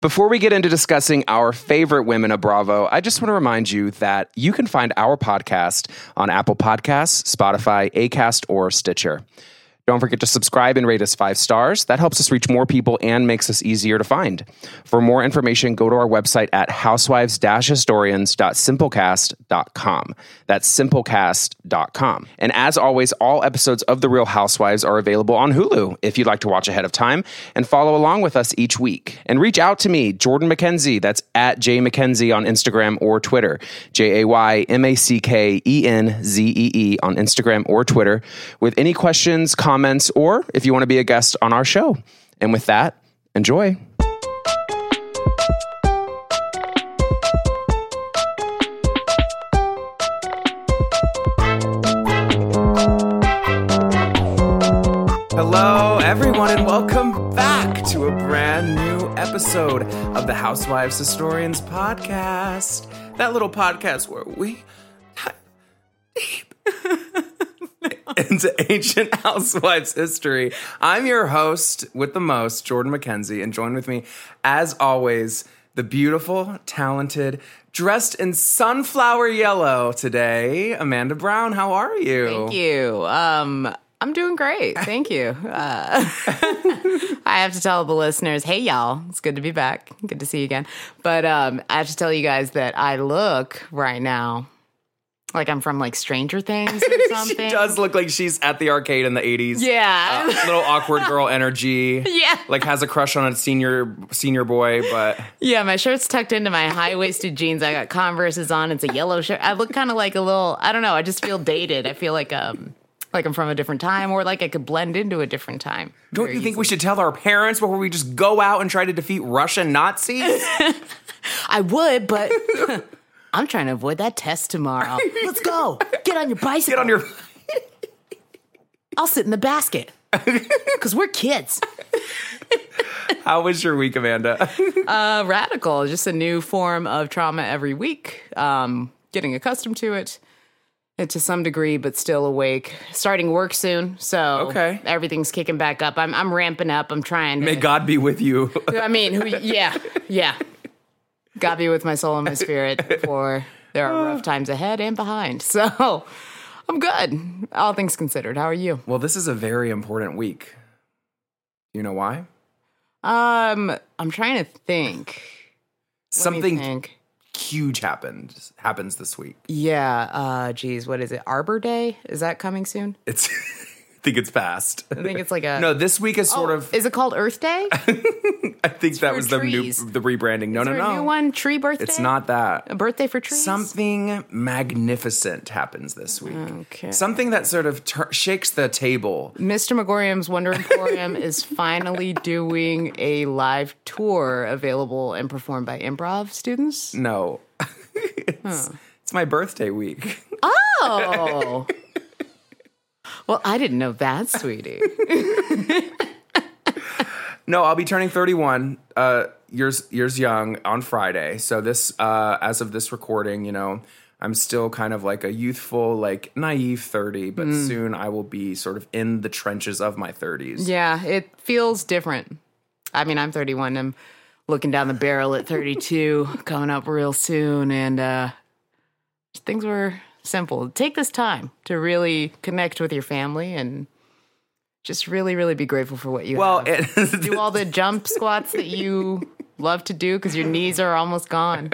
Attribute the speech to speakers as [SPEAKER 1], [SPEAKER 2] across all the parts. [SPEAKER 1] Before we get into discussing our favorite women of Bravo, I just want to remind you that you can find our podcast on Apple Podcasts, Spotify, Acast, or Stitcher. Don't forget to subscribe and rate us five stars. That helps us reach more people and makes us easier to find. For more information, go to our website at housewives historians.simplecast.com. That's simplecast.com. And as always, all episodes of The Real Housewives are available on Hulu if you'd like to watch ahead of time and follow along with us each week. And reach out to me, Jordan McKenzie. That's at J McKenzie on Instagram or Twitter. J A Y M A C K E N Z E E on Instagram or Twitter with any questions, comments, comments, or if you want to be a guest on our show. And with that, enjoy. Hello, everyone, and welcome back to a brand new episode of the Housewives Historians Podcast. That little podcast where we into ancient housewives history. I'm your host with the most, Jordan McKenzie, and join with me, as always, the beautiful, talented, dressed in sunflower yellow today, Amanda Brown. How are you?
[SPEAKER 2] Thank you. Um, I'm doing great. Thank you. Uh, I have to tell the listeners, hey, y'all, it's good to be back. Good to see you again. But um, I have to tell you guys that I look right now like I'm from like Stranger Things or
[SPEAKER 1] she
[SPEAKER 2] something.
[SPEAKER 1] does look like she's at the arcade in the 80s.
[SPEAKER 2] Yeah.
[SPEAKER 1] Uh, little awkward girl energy.
[SPEAKER 2] Yeah.
[SPEAKER 1] Like has a crush on a senior senior boy, but
[SPEAKER 2] Yeah, my shirt's tucked into my high-waisted jeans. I got Converse's on. It's a yellow shirt. I look kind of like a little I don't know, I just feel dated. I feel like um like I'm from a different time or like I could blend into a different time.
[SPEAKER 1] Don't you think we should tell our parents before we just go out and try to defeat Russian Nazis?
[SPEAKER 2] I would, but I'm trying to avoid that test tomorrow. Let's go. Get on your bicycle.
[SPEAKER 1] Get on your
[SPEAKER 2] I'll sit in the basket. Cuz we're kids.
[SPEAKER 1] How was your week, Amanda?
[SPEAKER 2] Uh, radical, just a new form of trauma every week. Um, getting accustomed to it and to some degree, but still awake. Starting work soon, so
[SPEAKER 1] Okay.
[SPEAKER 2] everything's kicking back up. I'm I'm ramping up. I'm trying. To,
[SPEAKER 1] May God be with you.
[SPEAKER 2] I mean, who, yeah, yeah. God be with my soul and my spirit. For there are rough times ahead and behind. So I'm good. All things considered, how are you?
[SPEAKER 1] Well, this is a very important week. You know why?
[SPEAKER 2] Um, I'm trying to think. Let me
[SPEAKER 1] Something
[SPEAKER 2] think.
[SPEAKER 1] huge happened happens this week.
[SPEAKER 2] Yeah. Uh, geez, what is it? Arbor Day is that coming soon?
[SPEAKER 1] It's I think it's past.
[SPEAKER 2] I think it's like a
[SPEAKER 1] No, this week is sort of
[SPEAKER 2] Is it called Earth Day?
[SPEAKER 1] I think that was the new
[SPEAKER 2] trees.
[SPEAKER 1] the rebranding. No, no,
[SPEAKER 2] Or a
[SPEAKER 1] no.
[SPEAKER 2] new one? Tree birthday?
[SPEAKER 1] It's not
[SPEAKER 2] a
[SPEAKER 1] that.
[SPEAKER 2] birthday for trees.
[SPEAKER 1] Something magnificent happens this week.
[SPEAKER 2] Okay.
[SPEAKER 1] Something that sort of tur shakes the table.
[SPEAKER 2] Mr. Megorium's Wonder Emporium is finally doing a live tour available and performed by improv students.
[SPEAKER 1] No. it's, it's my birthday week.
[SPEAKER 2] Oh. Well, I didn't know that, sweetie.
[SPEAKER 1] No, I'll be turning 31 uh years years young on Friday. So this uh as of this recording, you know, I'm still kind of like a youthful, like naive 30, but
[SPEAKER 2] Mm.
[SPEAKER 1] soon I will be sort of in the trenches of my 30s.
[SPEAKER 2] Yeah, it feels different. I mean, I'm 31. I'm looking down the barrel at 32, coming up real soon, and uh, things were simple. Take this time to really connect with your family and just really, really be grateful for what you
[SPEAKER 1] Well,
[SPEAKER 2] have.
[SPEAKER 1] it,
[SPEAKER 2] do all the jump squats that you love to do because your knees are almost gone.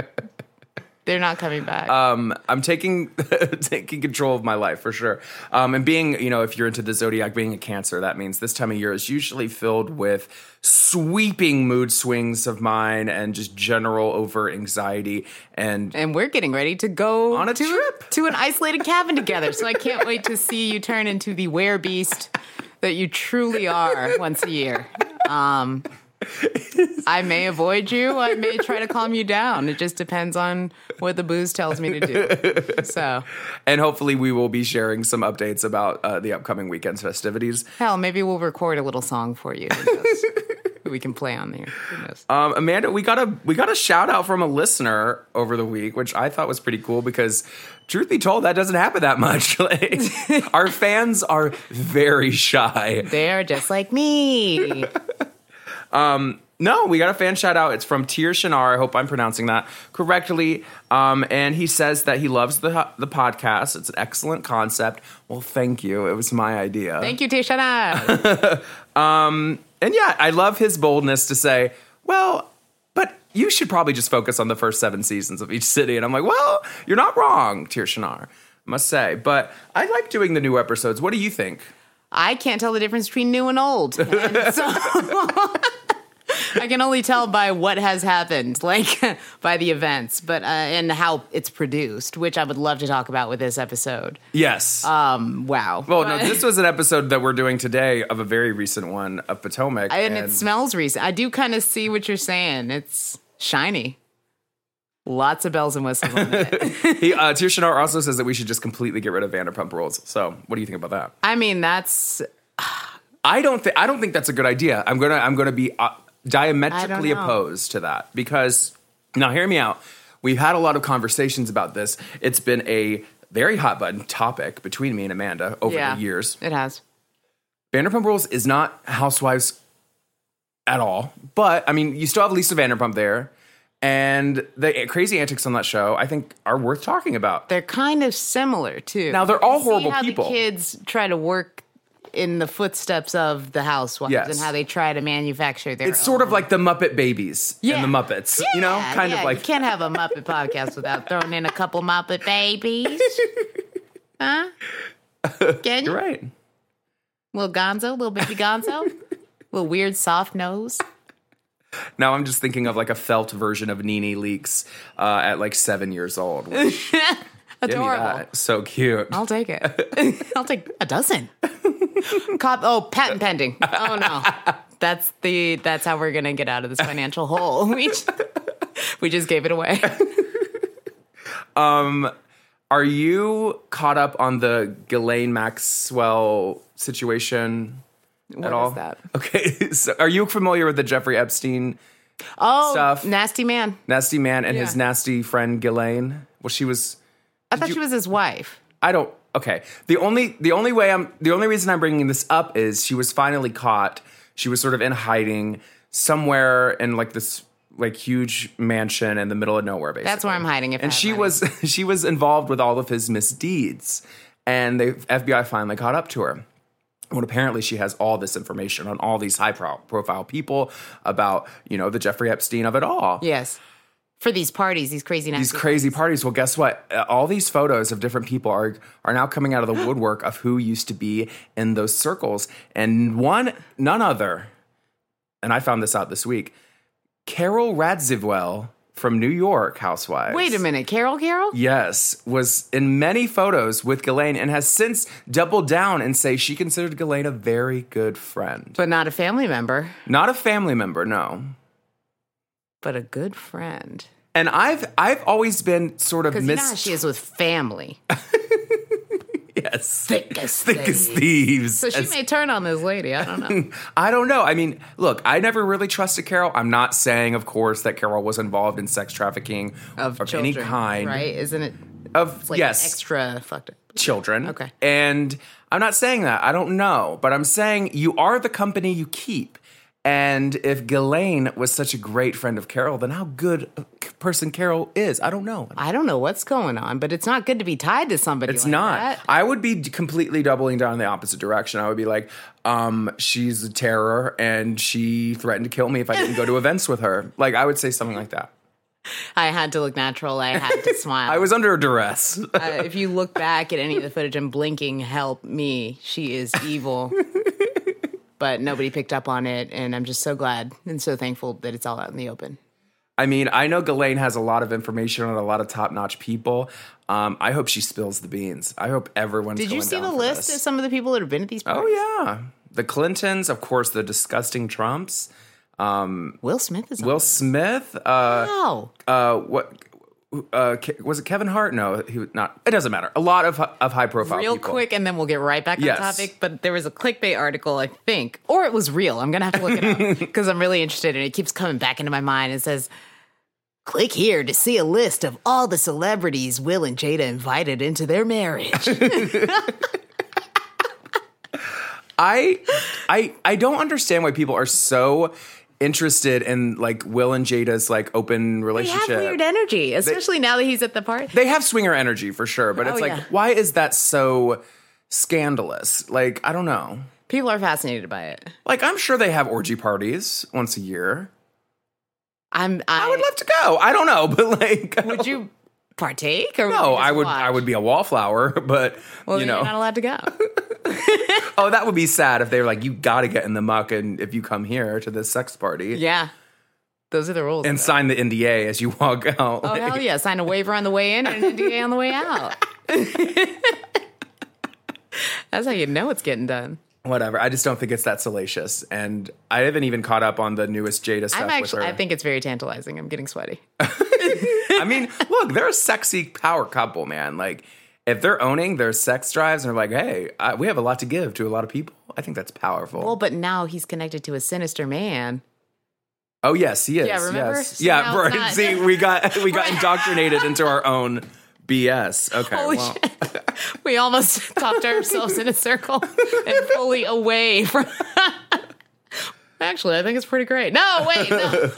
[SPEAKER 2] They're not coming back.
[SPEAKER 1] I'm taking taking control of my life for sure. Um, and being, you know, if you're into the zodiac, being a Cancer, that means this time of year is usually filled with sweeping mood swings of mine and just general over anxiety. And
[SPEAKER 2] and we're getting ready to go
[SPEAKER 1] On a
[SPEAKER 2] to,
[SPEAKER 1] trip.
[SPEAKER 2] to an isolated cabin together. So I can't wait to see you turn into the wear beast that you truly are once a year. Um, I may avoid you. I may try to calm you down. It just depends on what the booze tells me to do. So
[SPEAKER 1] and hopefully we will be sharing some updates about uh, the upcoming weekend's festivities.
[SPEAKER 2] hell, maybe we'll record a little song for you. Who knows? we can play on there. Who knows?
[SPEAKER 1] Um, Amanda, we got a we got a shout out from a listener over the week, which I thought was pretty cool because, truth be told, that doesn't happen that much. Like, our fans are very shy.
[SPEAKER 2] They're just like me.
[SPEAKER 1] No, we got a fan shout out. It's from Tier Shinar. I hope I'm pronouncing that correctly. Um, and he says that he loves the the podcast. It's an excellent concept. Well, thank you. It was my idea.
[SPEAKER 2] Thank you, Tishana.
[SPEAKER 1] and yeah, I love his boldness to say, well, but you should probably just focus on the first seven seasons of each city. And I'm like, well, you're not wrong, Tier Shinar, I must say. But I like doing the new episodes. What do you think?
[SPEAKER 2] I can't tell the difference between new and old. And so I can only tell by what has happened, like by the events, but uh, and how it's produced, which I would love to talk about with this episode.
[SPEAKER 1] Yes.
[SPEAKER 2] Um, wow.
[SPEAKER 1] well, no, this was an episode that we're doing today of a very recent one of Potomac.
[SPEAKER 2] and, it smells recent. I do kind of see what you're saying. It's shiny. Lots of bells and whistles on it.
[SPEAKER 1] he, uh, Tier Shinar also says that we should just completely get rid of Vanderpump Rules. So, what do you think about that?
[SPEAKER 2] I mean, that's
[SPEAKER 1] I don't think I don't think that's a good idea. I'm gonna I'm gonna be uh, diametrically
[SPEAKER 2] I don't know.
[SPEAKER 1] opposed to that because now hear me out. We've had a lot of conversations about this. It's been a very hot button topic between me and Amanda over
[SPEAKER 2] yeah.
[SPEAKER 1] the years.
[SPEAKER 2] It has.
[SPEAKER 1] Vanderpump Rules is not Housewives at all, but I mean, you still have Lisa Vanderpump there, and the eh, crazy antics on that show I think are worth talking about.
[SPEAKER 2] They're kind of similar too.
[SPEAKER 1] Now they're all horrible
[SPEAKER 2] see how
[SPEAKER 1] people.
[SPEAKER 2] The kids try to work in the footsteps of the housewives
[SPEAKER 1] Yes.
[SPEAKER 2] and how they try to manufacture their.
[SPEAKER 1] It's sort of like the Muppet Babies and
[SPEAKER 2] Yeah.
[SPEAKER 1] the Muppets, you know, kind of
[SPEAKER 2] you
[SPEAKER 1] like
[SPEAKER 2] can't have a Muppet podcast without throwing in a couple Muppet babies, huh? Can you?
[SPEAKER 1] you're right.
[SPEAKER 2] Little Gonzo, little baby Gonzo, little weird soft nose.
[SPEAKER 1] Now I'm just thinking of like a felt version of Nene Leaks uh, at like seven years old. Give me
[SPEAKER 2] Adorable.
[SPEAKER 1] that. So cute.
[SPEAKER 2] I'll take it. I'll take a dozen. Cop. Oh, patent pending. Oh no, that's the that's how we're gonna get out of this financial hole. We just, we just gave it away.
[SPEAKER 1] Are you caught up on the Ghislaine Maxwell situation
[SPEAKER 2] What
[SPEAKER 1] at all?
[SPEAKER 2] is that?
[SPEAKER 1] Okay. So are you familiar with the Jeffrey Epstein
[SPEAKER 2] Oh,
[SPEAKER 1] Stuff.
[SPEAKER 2] nasty man.
[SPEAKER 1] nasty man and his
[SPEAKER 2] Yeah.
[SPEAKER 1] nasty friend Ghislaine? Well, she was.
[SPEAKER 2] I thought she was his wife.
[SPEAKER 1] I don't. Okay. The only the only way I'm the only reason I'm bringing this up is she was finally caught. She was sort of in hiding somewhere in like this like huge mansion in the middle of nowhere. Basically,
[SPEAKER 2] That's where I'm hiding. If I
[SPEAKER 1] and
[SPEAKER 2] had
[SPEAKER 1] she
[SPEAKER 2] money.
[SPEAKER 1] was she was involved with all of his misdeeds, and the FBI finally caught up to her. Well, apparently she has all this information on all these high pro- profile people about you know the Jeffrey Epstein of it all.
[SPEAKER 2] yes for these parties, these crazy nasty.
[SPEAKER 1] These crazy parties. Well, guess what? Uh, All these photos of different people are are now coming out of the woodwork of who used to be in those circles, and one none other. And I found this out this week. Carol Radziwill from New York Housewives.
[SPEAKER 2] Wait a minute, Carol. Carol.
[SPEAKER 1] Yes, was in many photos with Ghislaine and has since doubled down and say she considered Ghislaine a very good friend.
[SPEAKER 2] But not a family member,
[SPEAKER 1] Not a family member, no.
[SPEAKER 2] but a good friend.
[SPEAKER 1] And I've I've always been sort of
[SPEAKER 2] Because you know how
[SPEAKER 1] mis-
[SPEAKER 2] she is with family.
[SPEAKER 1] yes,
[SPEAKER 2] Thick as
[SPEAKER 1] thick as
[SPEAKER 2] thieves.
[SPEAKER 1] thieves.
[SPEAKER 2] So she
[SPEAKER 1] as-
[SPEAKER 2] may turn on this lady. I don't know.
[SPEAKER 1] I don't know. I mean, look, I never really trusted Carol. I'm not saying, of course, that Carol was involved in sex trafficking
[SPEAKER 2] Of,
[SPEAKER 1] any
[SPEAKER 2] children,
[SPEAKER 1] kind.
[SPEAKER 2] right? Isn't it
[SPEAKER 1] Of
[SPEAKER 2] like
[SPEAKER 1] yes,
[SPEAKER 2] extra fucked up.
[SPEAKER 1] children.
[SPEAKER 2] Okay.
[SPEAKER 1] And I'm not saying that. I don't know. But I'm saying you are the company you keep. And if Ghislaine was such a great friend of Carol, then how good a c- person Carol is, I don't know.
[SPEAKER 2] I don't know what's going on, but it's not good to be tied to somebody.
[SPEAKER 1] It's
[SPEAKER 2] like
[SPEAKER 1] not.
[SPEAKER 2] that.
[SPEAKER 1] I would be d- completely doubling down in the opposite direction. I would be like, um, she's a terror and she threatened to kill me if I didn't go to events with her. Like, I would say something like that.
[SPEAKER 2] I had to look natural. I had to smile.
[SPEAKER 1] I was under duress.
[SPEAKER 2] Uh, if you look back at any of the footage, I'm blinking. Help me! She is evil. but nobody picked up on it, and I'm just so glad and so thankful that it's all out in the open.
[SPEAKER 1] I mean, I know Ghislaine has a lot of information on a lot of top notch people. Um, I hope she spills the beans. I hope everyone's.
[SPEAKER 2] Did you
[SPEAKER 1] going
[SPEAKER 2] see
[SPEAKER 1] down
[SPEAKER 2] the
[SPEAKER 1] for
[SPEAKER 2] list
[SPEAKER 1] this.
[SPEAKER 2] of some of the people that have been at these?
[SPEAKER 1] Oh
[SPEAKER 2] Parties?
[SPEAKER 1] yeah, the Clintons, of course, the disgusting Trumps,
[SPEAKER 2] Will Smith is. on
[SPEAKER 1] Will Smith. Uh,
[SPEAKER 2] wow.
[SPEAKER 1] uh, what uh, Ke- was it? Kevin Hart? No, he was not. It doesn't matter. A lot of hi- of high profile.
[SPEAKER 2] real
[SPEAKER 1] people.
[SPEAKER 2] quick and then we'll get right back
[SPEAKER 1] Yes.
[SPEAKER 2] on topic but there was a clickbait article i think or it was real i'm gonna have to look it up because i'm really interested and it keeps coming back into my mind it says click here to see a list of all the celebrities will and jada invited into their marriage
[SPEAKER 1] I I I don't understand why people are so interested in like Will and Jada's like open
[SPEAKER 2] They
[SPEAKER 1] relationship.
[SPEAKER 2] have weird energy, especially now that he's at the party.
[SPEAKER 1] They have swinger energy for sure, but it's
[SPEAKER 2] Oh,
[SPEAKER 1] like,
[SPEAKER 2] yeah.
[SPEAKER 1] why is that so scandalous? Like, I don't know.
[SPEAKER 2] People are fascinated by it.
[SPEAKER 1] Like, I'm sure they have orgy parties once a year.
[SPEAKER 2] I'm. I,
[SPEAKER 1] I would love to go. I don't know, but like,
[SPEAKER 2] Would you partake? Or
[SPEAKER 1] no,
[SPEAKER 2] you just
[SPEAKER 1] I would.
[SPEAKER 2] watch?
[SPEAKER 1] I would be a wallflower, but
[SPEAKER 2] Well,
[SPEAKER 1] you
[SPEAKER 2] then
[SPEAKER 1] know,
[SPEAKER 2] you're not allowed to go.
[SPEAKER 1] oh, that would be sad if they were like, you got to get in the muck, and if you come here to this sex party,
[SPEAKER 2] yeah, those are the rules.
[SPEAKER 1] and sign the NDA as you walk out.
[SPEAKER 2] oh hell yeah! Sign a waiver on the way in and an NDA on the way out. That's how you know it's getting done.
[SPEAKER 1] Whatever. I just don't think it's that salacious, and I haven't even caught up on the newest Jada stuff
[SPEAKER 2] I'm
[SPEAKER 1] with
[SPEAKER 2] actually.
[SPEAKER 1] her.
[SPEAKER 2] I think it's very tantalizing. I'm getting sweaty.
[SPEAKER 1] I mean, look, they're a sexy power couple, man. Like, if they're owning their sex drives and they're like, hey, I, we have a lot to give to a lot of people, I think that's powerful.
[SPEAKER 2] Well, but now he's connected to a sinister man.
[SPEAKER 1] oh, yes, he is.
[SPEAKER 2] Yeah, remember?
[SPEAKER 1] Yes.
[SPEAKER 2] So
[SPEAKER 1] yeah,
[SPEAKER 2] now
[SPEAKER 1] right.
[SPEAKER 2] it's not-
[SPEAKER 1] See, we got, we got indoctrinated into our own BS. Okay.
[SPEAKER 2] Holy
[SPEAKER 1] well,
[SPEAKER 2] shit. We almost talked ourselves in a circle and fully away from. Actually, I think it's pretty great. No, wait, no.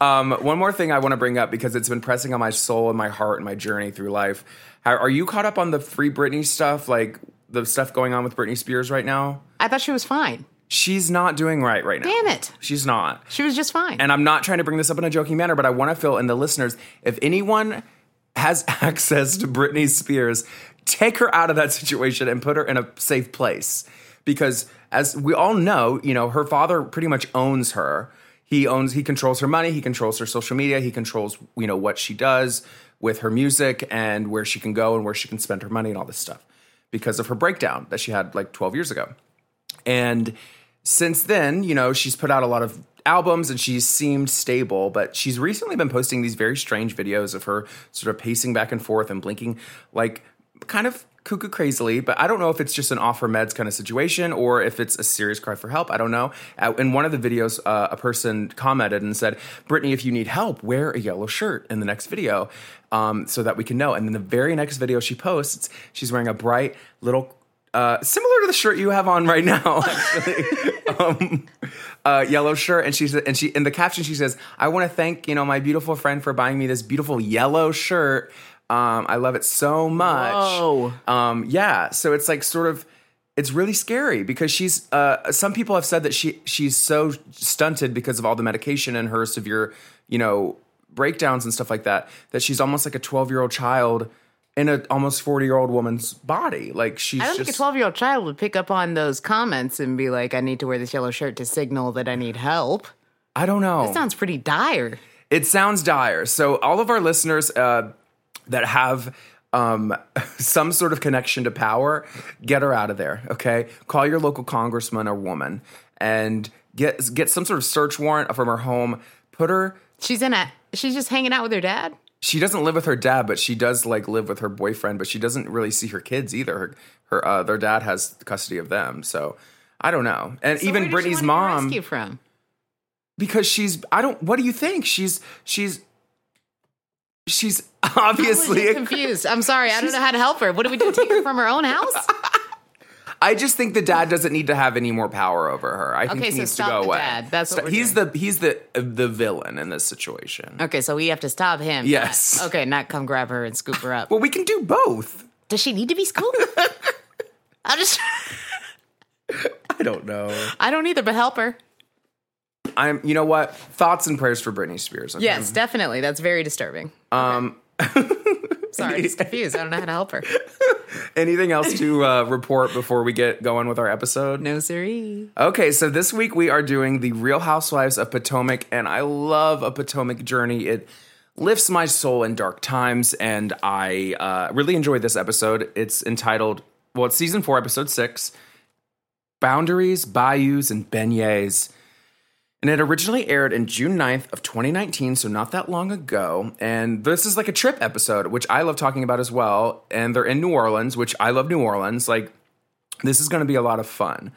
[SPEAKER 1] um, one more thing I want to bring up because it's been pressing on my soul and my heart and my journey through life. How, are you caught up on the free Britney stuff? Like, the stuff going on with Britney Spears right now?
[SPEAKER 2] I thought she was fine.
[SPEAKER 1] She's not doing right right now.
[SPEAKER 2] Damn it.
[SPEAKER 1] She's not.
[SPEAKER 2] She was just fine.
[SPEAKER 1] and I'm not trying to bring this up in a joking manner, but I want to fill in the listeners. If anyone has access to Britney Spears, take her out of that situation and put her in a safe place. Because as we all know, you know, her father pretty much owns her. He owns, he controls her money, he controls her social media, he controls, you know, what she does with her music and where she can go and where she can spend her money and all this stuff because of her breakdown that she had like 12 years ago. And since then, you know, she's put out a lot of albums and she's seemed stable, but she's recently been posting these very strange videos of her sort of pacing back and forth and blinking like kind of cuckoo crazily, but I don't know if it's just an off her meds kind of situation or if it's a serious cry for help. I don't know. Uh, In one of the videos, uh, a person commented and said, Brittany, if you need help, wear a yellow shirt in the next video um, so that we can know. And then the very next video she posts, she's wearing a bright little uh, similar to the shirt you have on right now, actually, um, uh, yellow shirt. And she's and she in the caption she says, "I want to thank you know my beautiful friend for buying me this beautiful yellow shirt. Um, I love it so much.
[SPEAKER 2] Whoa.
[SPEAKER 1] Um, yeah. So it's like sort of." It's really scary because she's. Uh, some people have said that she she's so stunted because of all the medication and her severe, you know, breakdowns and stuff like that. That she's almost like a twelve year old child in a almost forty year old woman's body. Like she's.
[SPEAKER 2] I don't think a
[SPEAKER 1] just,
[SPEAKER 2] 12 year old child would pick up on those comments and be like, I need to wear this yellow shirt to signal that I need help.
[SPEAKER 1] I don't know.
[SPEAKER 2] That sounds pretty dire.
[SPEAKER 1] it sounds dire. So all of our listeners uh, that have um, some sort of connection to power, get her out of there. Okay, call your local congressman or woman and get get some sort of search warrant from her home. Put her.
[SPEAKER 2] She's in a, she's just hanging out with her dad.
[SPEAKER 1] She doesn't live with her dad, but she does like live with her boyfriend. But she doesn't really see her kids either. Her, her uh, their dad has custody of them. So I don't know. And
[SPEAKER 2] So
[SPEAKER 1] even
[SPEAKER 2] where did she
[SPEAKER 1] Brittany's
[SPEAKER 2] want to get
[SPEAKER 1] mom.
[SPEAKER 2] Rescue from.
[SPEAKER 1] because she's I don't what do you think? She's she's she's obviously
[SPEAKER 2] I'm confused. I'm sorry. I don't know how to help her. What do we do? Take her from her own house?
[SPEAKER 1] I just think the dad doesn't need to have any more power over her. I think
[SPEAKER 2] Okay,
[SPEAKER 1] he
[SPEAKER 2] so
[SPEAKER 1] needs to
[SPEAKER 2] stop
[SPEAKER 1] go
[SPEAKER 2] the
[SPEAKER 1] away.
[SPEAKER 2] dad. That's what
[SPEAKER 1] Sto-
[SPEAKER 2] we're
[SPEAKER 1] he's the he's the the villain in this situation.
[SPEAKER 2] Okay, so we have to stop him.
[SPEAKER 1] Yes.
[SPEAKER 2] Okay, not come grab her and scoop her up.
[SPEAKER 1] Well, we can do both.
[SPEAKER 2] Does she need to be scooped? I just
[SPEAKER 1] I don't know.
[SPEAKER 2] I don't either, but help her.
[SPEAKER 1] I'm you know what? Thoughts and prayers for Britney Spears. okay?
[SPEAKER 2] Yes, definitely. That's very disturbing. Um Sorry, I'm just confused. I don't know how to help her.
[SPEAKER 1] Anything else to uh, report before we get going with our episode?
[SPEAKER 2] No siree.
[SPEAKER 1] Okay, so this week we are doing the Real Housewives of Potomac, and I love a Potomac journey. It lifts my soul in dark times, and I uh, really enjoyed this episode. It's entitled, well, it's season four, episode six Boundaries, Bayous, and Beignets. And it originally aired in June 9th of 2019, so not that long ago. And this is like a trip episode, which I love talking about as well. And they're in New Orleans, which I love New Orleans. Like, this is going to be a lot of fun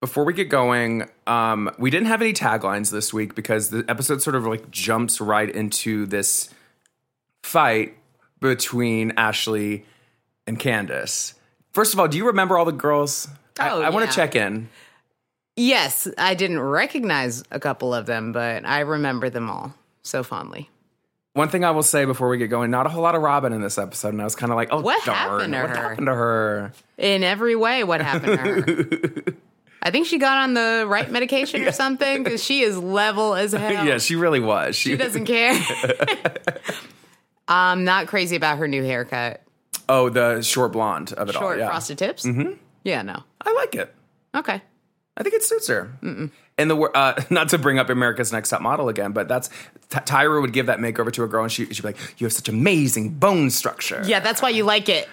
[SPEAKER 1] before we get going, um, we didn't have any taglines this week because the episode sort of like jumps right into this fight between Ashley and Candace. First of all, do you remember all the girls? I,
[SPEAKER 2] Oh,
[SPEAKER 1] I want
[SPEAKER 2] yeah.
[SPEAKER 1] to check in.
[SPEAKER 2] Yes, I didn't recognize a couple of them, but I remember them all so fondly.
[SPEAKER 1] One thing I will say before we get going, not a whole lot of Robin in this episode, and I was kind of like, oh,
[SPEAKER 2] What
[SPEAKER 1] darn,
[SPEAKER 2] happened to
[SPEAKER 1] what
[SPEAKER 2] her?
[SPEAKER 1] happened to her?
[SPEAKER 2] In every way, what happened to her? I think she got on the right medication or something because she is level as hell.
[SPEAKER 1] Yeah, she really was. She,
[SPEAKER 2] She doesn't care. I'm not crazy about her new haircut.
[SPEAKER 1] Oh, the short blonde of it all.
[SPEAKER 2] Short
[SPEAKER 1] yeah.
[SPEAKER 2] frosted tips? Oh, Mm-hmm. Yeah, no.
[SPEAKER 1] I like it.
[SPEAKER 2] Okay.
[SPEAKER 1] I think it suits her. And the wor- uh, not to bring up America's Next Top Model again, but that's Ty- Tyra would give that makeover to a girl, and she, she'd be like, "You have such amazing bone structure."
[SPEAKER 2] Yeah, that's why you like it.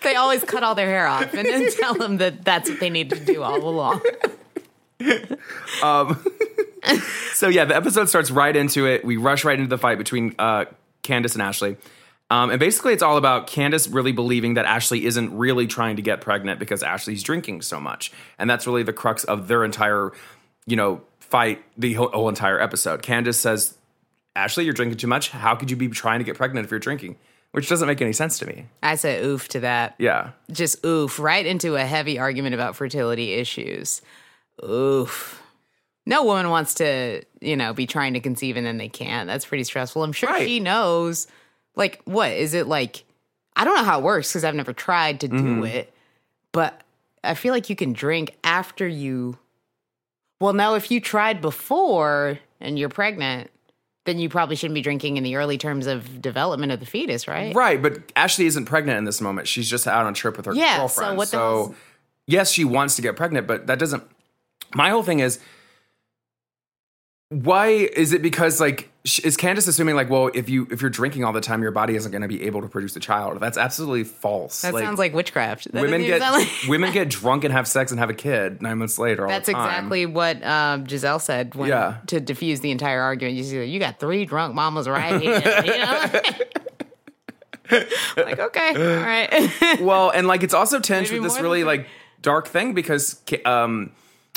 [SPEAKER 2] they always cut all their hair off and then tell them that that's what they need to do all along.
[SPEAKER 1] So yeah, the episode starts right into it. We rush right into the fight between uh, Candace and Ashley. Um, and basically, it's all about Candace really believing that Ashley isn't really trying to get pregnant because Ashley's drinking so much, and that's really the crux of their entire, you know, fight. The whole, whole entire episode. Candace says, "Ashley, you're drinking too much. How could you be trying to get pregnant if you're drinking?" Which doesn't make any sense to me.
[SPEAKER 2] I say oof to that.
[SPEAKER 1] Yeah,
[SPEAKER 2] Just oof, right into a heavy argument about fertility issues. Oof. No woman wants to, you know, be trying to conceive and then they can't. That's pretty stressful. I'm sure
[SPEAKER 1] Right.
[SPEAKER 2] she knows. Like, what is it like? I don't know how it works because I've never tried to do
[SPEAKER 1] Mm-hmm.
[SPEAKER 2] it, but I feel like you can drink after you. Well, no, if you tried before and you're pregnant, then you probably shouldn't be drinking in the early terms of development of the fetus, right?
[SPEAKER 1] right. But Ashley isn't pregnant in this moment. She's just out on a trip with her
[SPEAKER 2] Yeah, so
[SPEAKER 1] girlfriend.
[SPEAKER 2] what the
[SPEAKER 1] so
[SPEAKER 2] hell's-
[SPEAKER 1] yes, she wants to get pregnant, but that doesn't. My whole thing is, why is it because like sh- is Candace assuming like well if you if you're drinking all the time your body isn't going to be able to produce a child? That's absolutely false.
[SPEAKER 2] That sounds like witchcraft. That
[SPEAKER 1] women
[SPEAKER 2] doesn't
[SPEAKER 1] get
[SPEAKER 2] even sound like-
[SPEAKER 1] women get drunk and have sex and have a kid nine months later. All
[SPEAKER 2] That's
[SPEAKER 1] the time.
[SPEAKER 2] exactly what um, Giselle said when,
[SPEAKER 1] Yeah.
[SPEAKER 2] to diffuse the entire argument. You see, you got three drunk mamas right here. You know? like, okay, all right.
[SPEAKER 1] Well, and like it's also tinged
[SPEAKER 2] Maybe
[SPEAKER 1] with this
[SPEAKER 2] more
[SPEAKER 1] really
[SPEAKER 2] than-
[SPEAKER 1] like dark thing because Ca- um,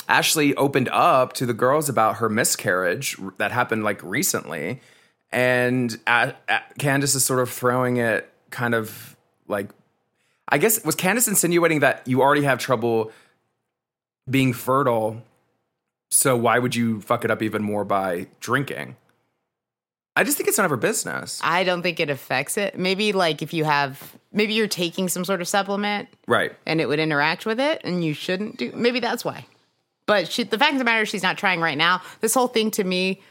[SPEAKER 1] Ashley opened up to the girls about her miscarriage r- that happened like recently, and uh, uh, Candace is sort of throwing it kind of like I guess was Candace insinuating that you already have trouble being fertile, so why would you fuck it up even more by drinking? I just think it's none of her business,
[SPEAKER 2] I don't think it affects it. Maybe, like, if you have, maybe you're taking some sort of supplement
[SPEAKER 1] right?
[SPEAKER 2] and it would interact with it, and you shouldn't do. Maybe that's why. But she, the fact of the matter is, she's not trying right now. This whole thing to me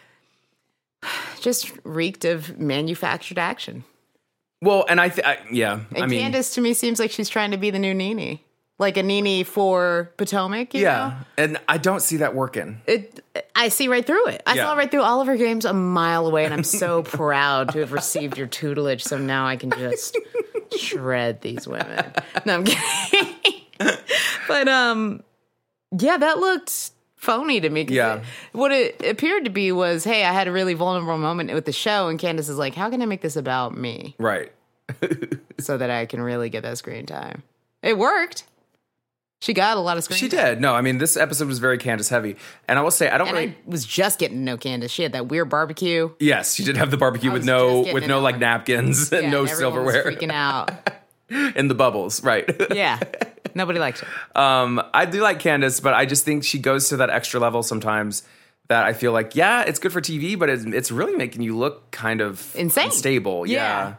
[SPEAKER 2] just reeked of manufactured action.
[SPEAKER 1] Well, and I, th- I yeah,
[SPEAKER 2] And
[SPEAKER 1] I mean.
[SPEAKER 2] Candace to me seems like she's trying to be the new Nene, like a Nene for Potomac. You
[SPEAKER 1] Yeah,
[SPEAKER 2] know?
[SPEAKER 1] and I don't see that working.
[SPEAKER 2] it. I see right through it. I
[SPEAKER 1] Yeah.
[SPEAKER 2] saw right through all of her games a mile away, and I'm so proud to have received your tutelage. So now I can just shred these women. No, I'm kidding. but um, yeah, that looked phony to me. 'cause
[SPEAKER 1] Yeah.
[SPEAKER 2] it- what it appeared to be was, hey, I had a really vulnerable moment with the show, and Candace is like, how can I make this about me?
[SPEAKER 1] Right.
[SPEAKER 2] so that I can really get that screen time. It worked. She got a lot of screen.
[SPEAKER 1] She
[SPEAKER 2] time.
[SPEAKER 1] did. No, I mean this episode was very Candace heavy, and I will say I don't
[SPEAKER 2] And
[SPEAKER 1] really.
[SPEAKER 2] I was just getting to know Candace. She had that weird barbecue.
[SPEAKER 1] yes, she did have the barbecue with
[SPEAKER 2] was
[SPEAKER 1] no
[SPEAKER 2] just getting
[SPEAKER 1] with
[SPEAKER 2] it
[SPEAKER 1] no
[SPEAKER 2] on.
[SPEAKER 1] like napkins and
[SPEAKER 2] Yeah,
[SPEAKER 1] no
[SPEAKER 2] and everyone was
[SPEAKER 1] silverware
[SPEAKER 2] freaking out.
[SPEAKER 1] and the bubbles. Right.
[SPEAKER 2] Yeah, nobody liked her.
[SPEAKER 1] um, I do like Candace, but I just think she goes to that extra level sometimes. That I feel like, yeah, it's good for TV, but it's, it's really making you look kind of
[SPEAKER 2] Insane.
[SPEAKER 1] unstable.
[SPEAKER 2] Yeah.
[SPEAKER 1] Yeah.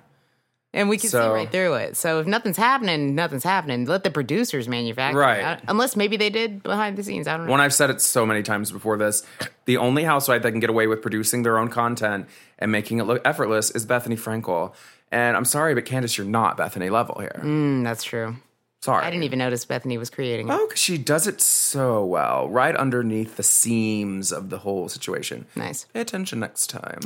[SPEAKER 2] And we can see
[SPEAKER 1] So-
[SPEAKER 2] right through it. So if nothing's happening, nothing's happening. Let the producers manufacture, it.
[SPEAKER 1] Right.
[SPEAKER 2] I don't- Unless maybe they did behind the scenes. I don't know.
[SPEAKER 1] One I've said it so many times before this. The only housewife that can get away with producing their own content and making it look effortless is Bethany Frankel. And I'm sorry, but Candace, you're not Bethany level here.
[SPEAKER 2] Mm, that's true.
[SPEAKER 1] Sorry.
[SPEAKER 2] I didn't even notice Bethany was creating. it.
[SPEAKER 1] Oh, 'cause she does it so well, right underneath the seams of the whole situation.
[SPEAKER 2] Nice.
[SPEAKER 1] Pay attention next time.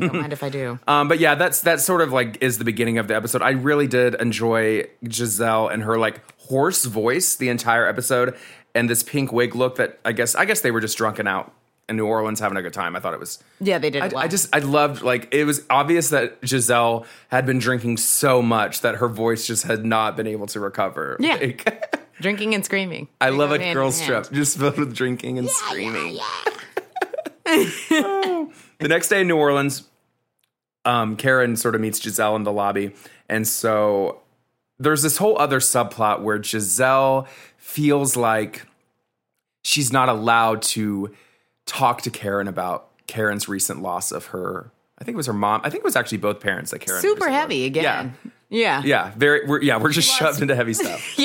[SPEAKER 2] Don't mind if I do.
[SPEAKER 1] Um, but yeah, that's that sort of like is the beginning of the episode. I really did enjoy Giselle and her like hoarse voice the entire episode, and this pink wig look that I guess I guess they were just drunken out in New Orleans having a good time. I thought it was
[SPEAKER 2] Yeah, they did.
[SPEAKER 1] I,
[SPEAKER 2] it well.
[SPEAKER 1] I just I loved like it was obvious that Giselle had been drinking so much that her voice just had not been able to recover.
[SPEAKER 2] Yeah.
[SPEAKER 1] Like,
[SPEAKER 2] drinking and screaming.
[SPEAKER 1] I
[SPEAKER 2] They
[SPEAKER 1] love
[SPEAKER 2] go
[SPEAKER 1] a
[SPEAKER 2] hand in
[SPEAKER 1] girl's
[SPEAKER 2] hand.
[SPEAKER 1] trip just filled with drinking and screaming. the next day in New Orleans, um, Karen sort of meets Giselle in the lobby, and so there's this whole other subplot where Giselle feels like she's not allowed to talk to Karen about Karen's recent loss of her. I think it was her mom. I think it was actually both parents that Karen.
[SPEAKER 2] Super
[SPEAKER 1] recently-
[SPEAKER 2] heavy again. Yeah. Yeah.
[SPEAKER 1] Yeah, very. We're, yeah, we're just shoved into heavy stuff.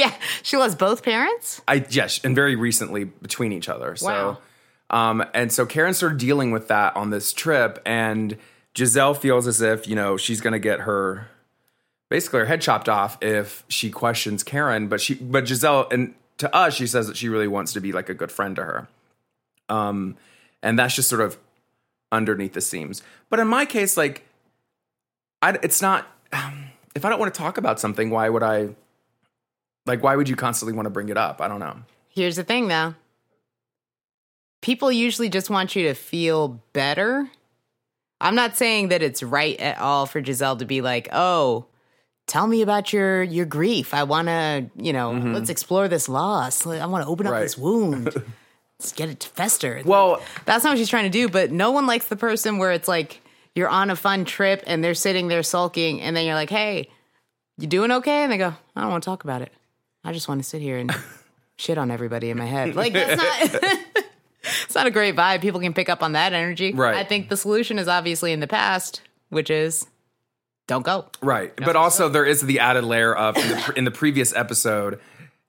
[SPEAKER 2] She lost both parents?
[SPEAKER 1] I yes, and very recently between each other. So,
[SPEAKER 2] Wow.
[SPEAKER 1] um, and so Karen started dealing with that on this trip, and Giselle feels as if you know she's gonna get her basically her head chopped off if she questions Karen. But she, but Giselle, and to us, she says that she really wants to be like a good friend to her. Um, and that's just sort of underneath the seams. But in my case, like, I it's not. If I don't want to talk about something, why would I? Like, why would you constantly want to bring it up? I don't know.
[SPEAKER 2] Here's the thing though. People usually just want you to feel better. I'm not saying that it's right at all for Giselle to be like, "Oh, tell me about your your grief. I want to, you know, let's explore this loss. I want to open
[SPEAKER 1] Mm-hmm.
[SPEAKER 2] up
[SPEAKER 1] Right.
[SPEAKER 2] this wound. let's get it to fester."
[SPEAKER 1] Well,
[SPEAKER 2] That's not what she's trying to do, but no one likes the person where it's like you're on a fun trip and they're sitting there sulking, and then you're like, hey, you doing okay? And they go, I don't want to talk about it. I just want to sit here and shit on everybody in my head. Like, that's not. It's not a great vibe. People can pick up on that energy.
[SPEAKER 1] Right.
[SPEAKER 2] I think the solution is obviously in the past, which is don't go.
[SPEAKER 1] right. but also, there is the added layer of in the, in the previous episode,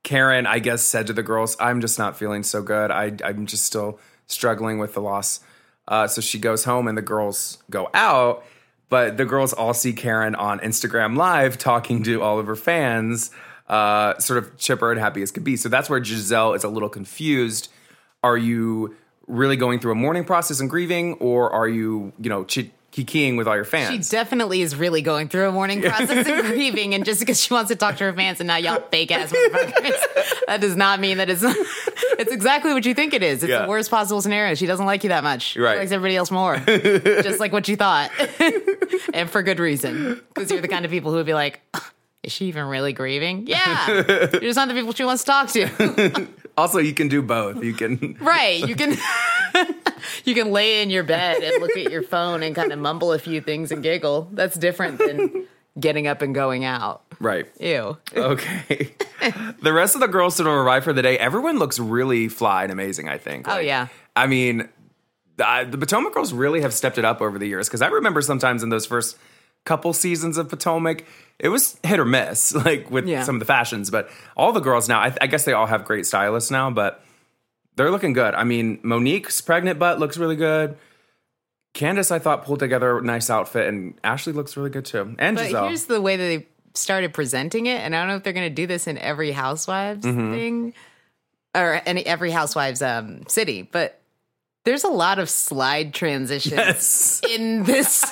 [SPEAKER 1] Karen, I guess, said to the girls, I'm just not feeling so good. I, I'm just still struggling with the loss. Uh, so she goes home and the girls go out, but the girls all see Karen on Instagram Live talking to all of her fans, uh, sort of chipper and happy as could be. So that's where Giselle is a little confused. Are you really going through a mourning process and grieving, or are you, you know, chi- kikiing with all your fans?
[SPEAKER 2] She definitely is really going through a mourning process and grieving, and just because she wants to talk to her fans and not y'all fake ass motherfuckers, that does not mean that it's. it's exactly what you think it is. It's
[SPEAKER 1] Yeah.
[SPEAKER 2] the worst possible scenario. She doesn't like you that much. She
[SPEAKER 1] Right.
[SPEAKER 2] likes everybody else more, just like what you thought, and for good reason. Because you're the kind of people who would be like, "Is she even really grieving?" Yeah, you're just not the people she wants to talk to.
[SPEAKER 1] Also, you can do both. You can.
[SPEAKER 2] Right. You can you can lay in your bed and look at your phone and kind of mumble a few things and giggle. That's different than getting up and going out.
[SPEAKER 1] right.
[SPEAKER 2] Ew.
[SPEAKER 1] Okay. the rest of the girls sort of arrive for the day. Everyone looks really fly and amazing, I think.
[SPEAKER 2] Oh, yeah.
[SPEAKER 1] I mean, I, the Potomac girls really have stepped it up over the years because I remember sometimes in those first couple seasons of Potomac, it was hit or miss, like with
[SPEAKER 2] Yeah.
[SPEAKER 1] some of the fashions. But all the girls now, I, I guess they all have great stylists now, but they're looking good. I mean, Monique's pregnant butt looks really good. Candace, I thought, pulled together a nice outfit, and Ashley looks really good too. And
[SPEAKER 2] But
[SPEAKER 1] Giselle.
[SPEAKER 2] here's the way that they started presenting it, and I don't know if they're going to do this in every Housewives thing or any every Housewives um, city, but there's a lot of slide transitions
[SPEAKER 1] Yes.
[SPEAKER 2] in this.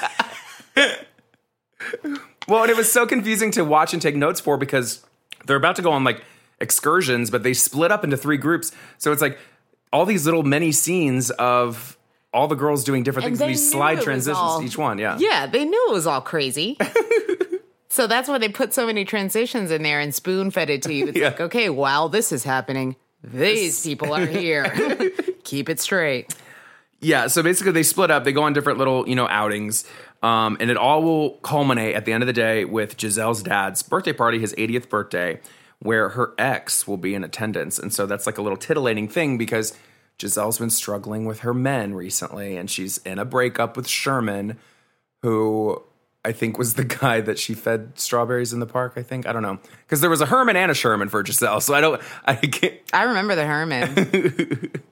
[SPEAKER 1] Well, and it was so confusing to watch and take notes for because they're about to go on like excursions, but they split up into three groups. So it's like all these little mini scenes of all the girls doing different
[SPEAKER 2] And
[SPEAKER 1] things,
[SPEAKER 2] they
[SPEAKER 1] these
[SPEAKER 2] knew it
[SPEAKER 1] slide
[SPEAKER 2] was
[SPEAKER 1] transitions
[SPEAKER 2] all-
[SPEAKER 1] to each one. Yeah.
[SPEAKER 2] Yeah, they knew it was all crazy. so that's why they put so many transitions in there and spoon fed it to you. It's
[SPEAKER 1] Yeah.
[SPEAKER 2] like, okay, while this is happening, these people are here. Keep it straight.
[SPEAKER 1] Yeah, so basically they split up, they go on different little, you know, outings. Um, and it all will culminate at the end of the day with Giselle's dad's birthday party, his 80th birthday, where her ex will be in attendance. And so that's like a little titillating thing because Giselle's been struggling with her men recently and she's in a breakup with Sherman, who I think was the guy that she fed strawberries in the park, I think. I don't know. Because there was a Herman and a Sherman for Giselle. So I don't I can't
[SPEAKER 2] I remember the Herman.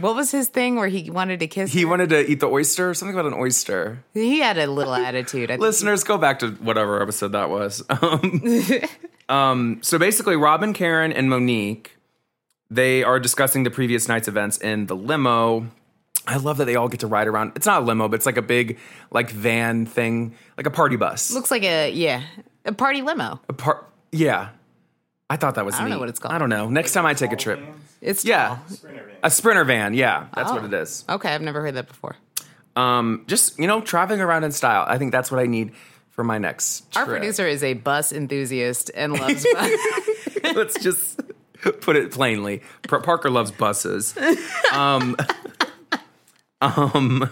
[SPEAKER 2] what was his thing where he wanted to kiss?
[SPEAKER 1] he
[SPEAKER 2] her?
[SPEAKER 1] wanted to eat the oyster, something about an oyster.
[SPEAKER 2] he had a little attitude. I think.
[SPEAKER 1] listeners go back to whatever episode that was um, um, so basically robin karen and monique they are discussing the previous night's events in the limo i love that they all get to ride around it's not a limo but it's like a big like van thing like a party bus
[SPEAKER 2] Looks like a yeah, a party limo.
[SPEAKER 1] a par- yeah i thought that was
[SPEAKER 2] I don't know
[SPEAKER 1] neat.
[SPEAKER 2] what it's called.
[SPEAKER 1] i don't know next time i take a trip
[SPEAKER 2] It's
[SPEAKER 1] yeah a sprinter van yeah that's what
[SPEAKER 2] Oh.
[SPEAKER 1] it is
[SPEAKER 2] Okay, I've never heard that before.
[SPEAKER 1] um, just you know traveling around in style i think that's what i need for my next
[SPEAKER 2] Our
[SPEAKER 1] trip.
[SPEAKER 2] producer is a bus enthusiast and loves bus.
[SPEAKER 1] Let's just put it plainly. P- Parker loves buses. Um, um,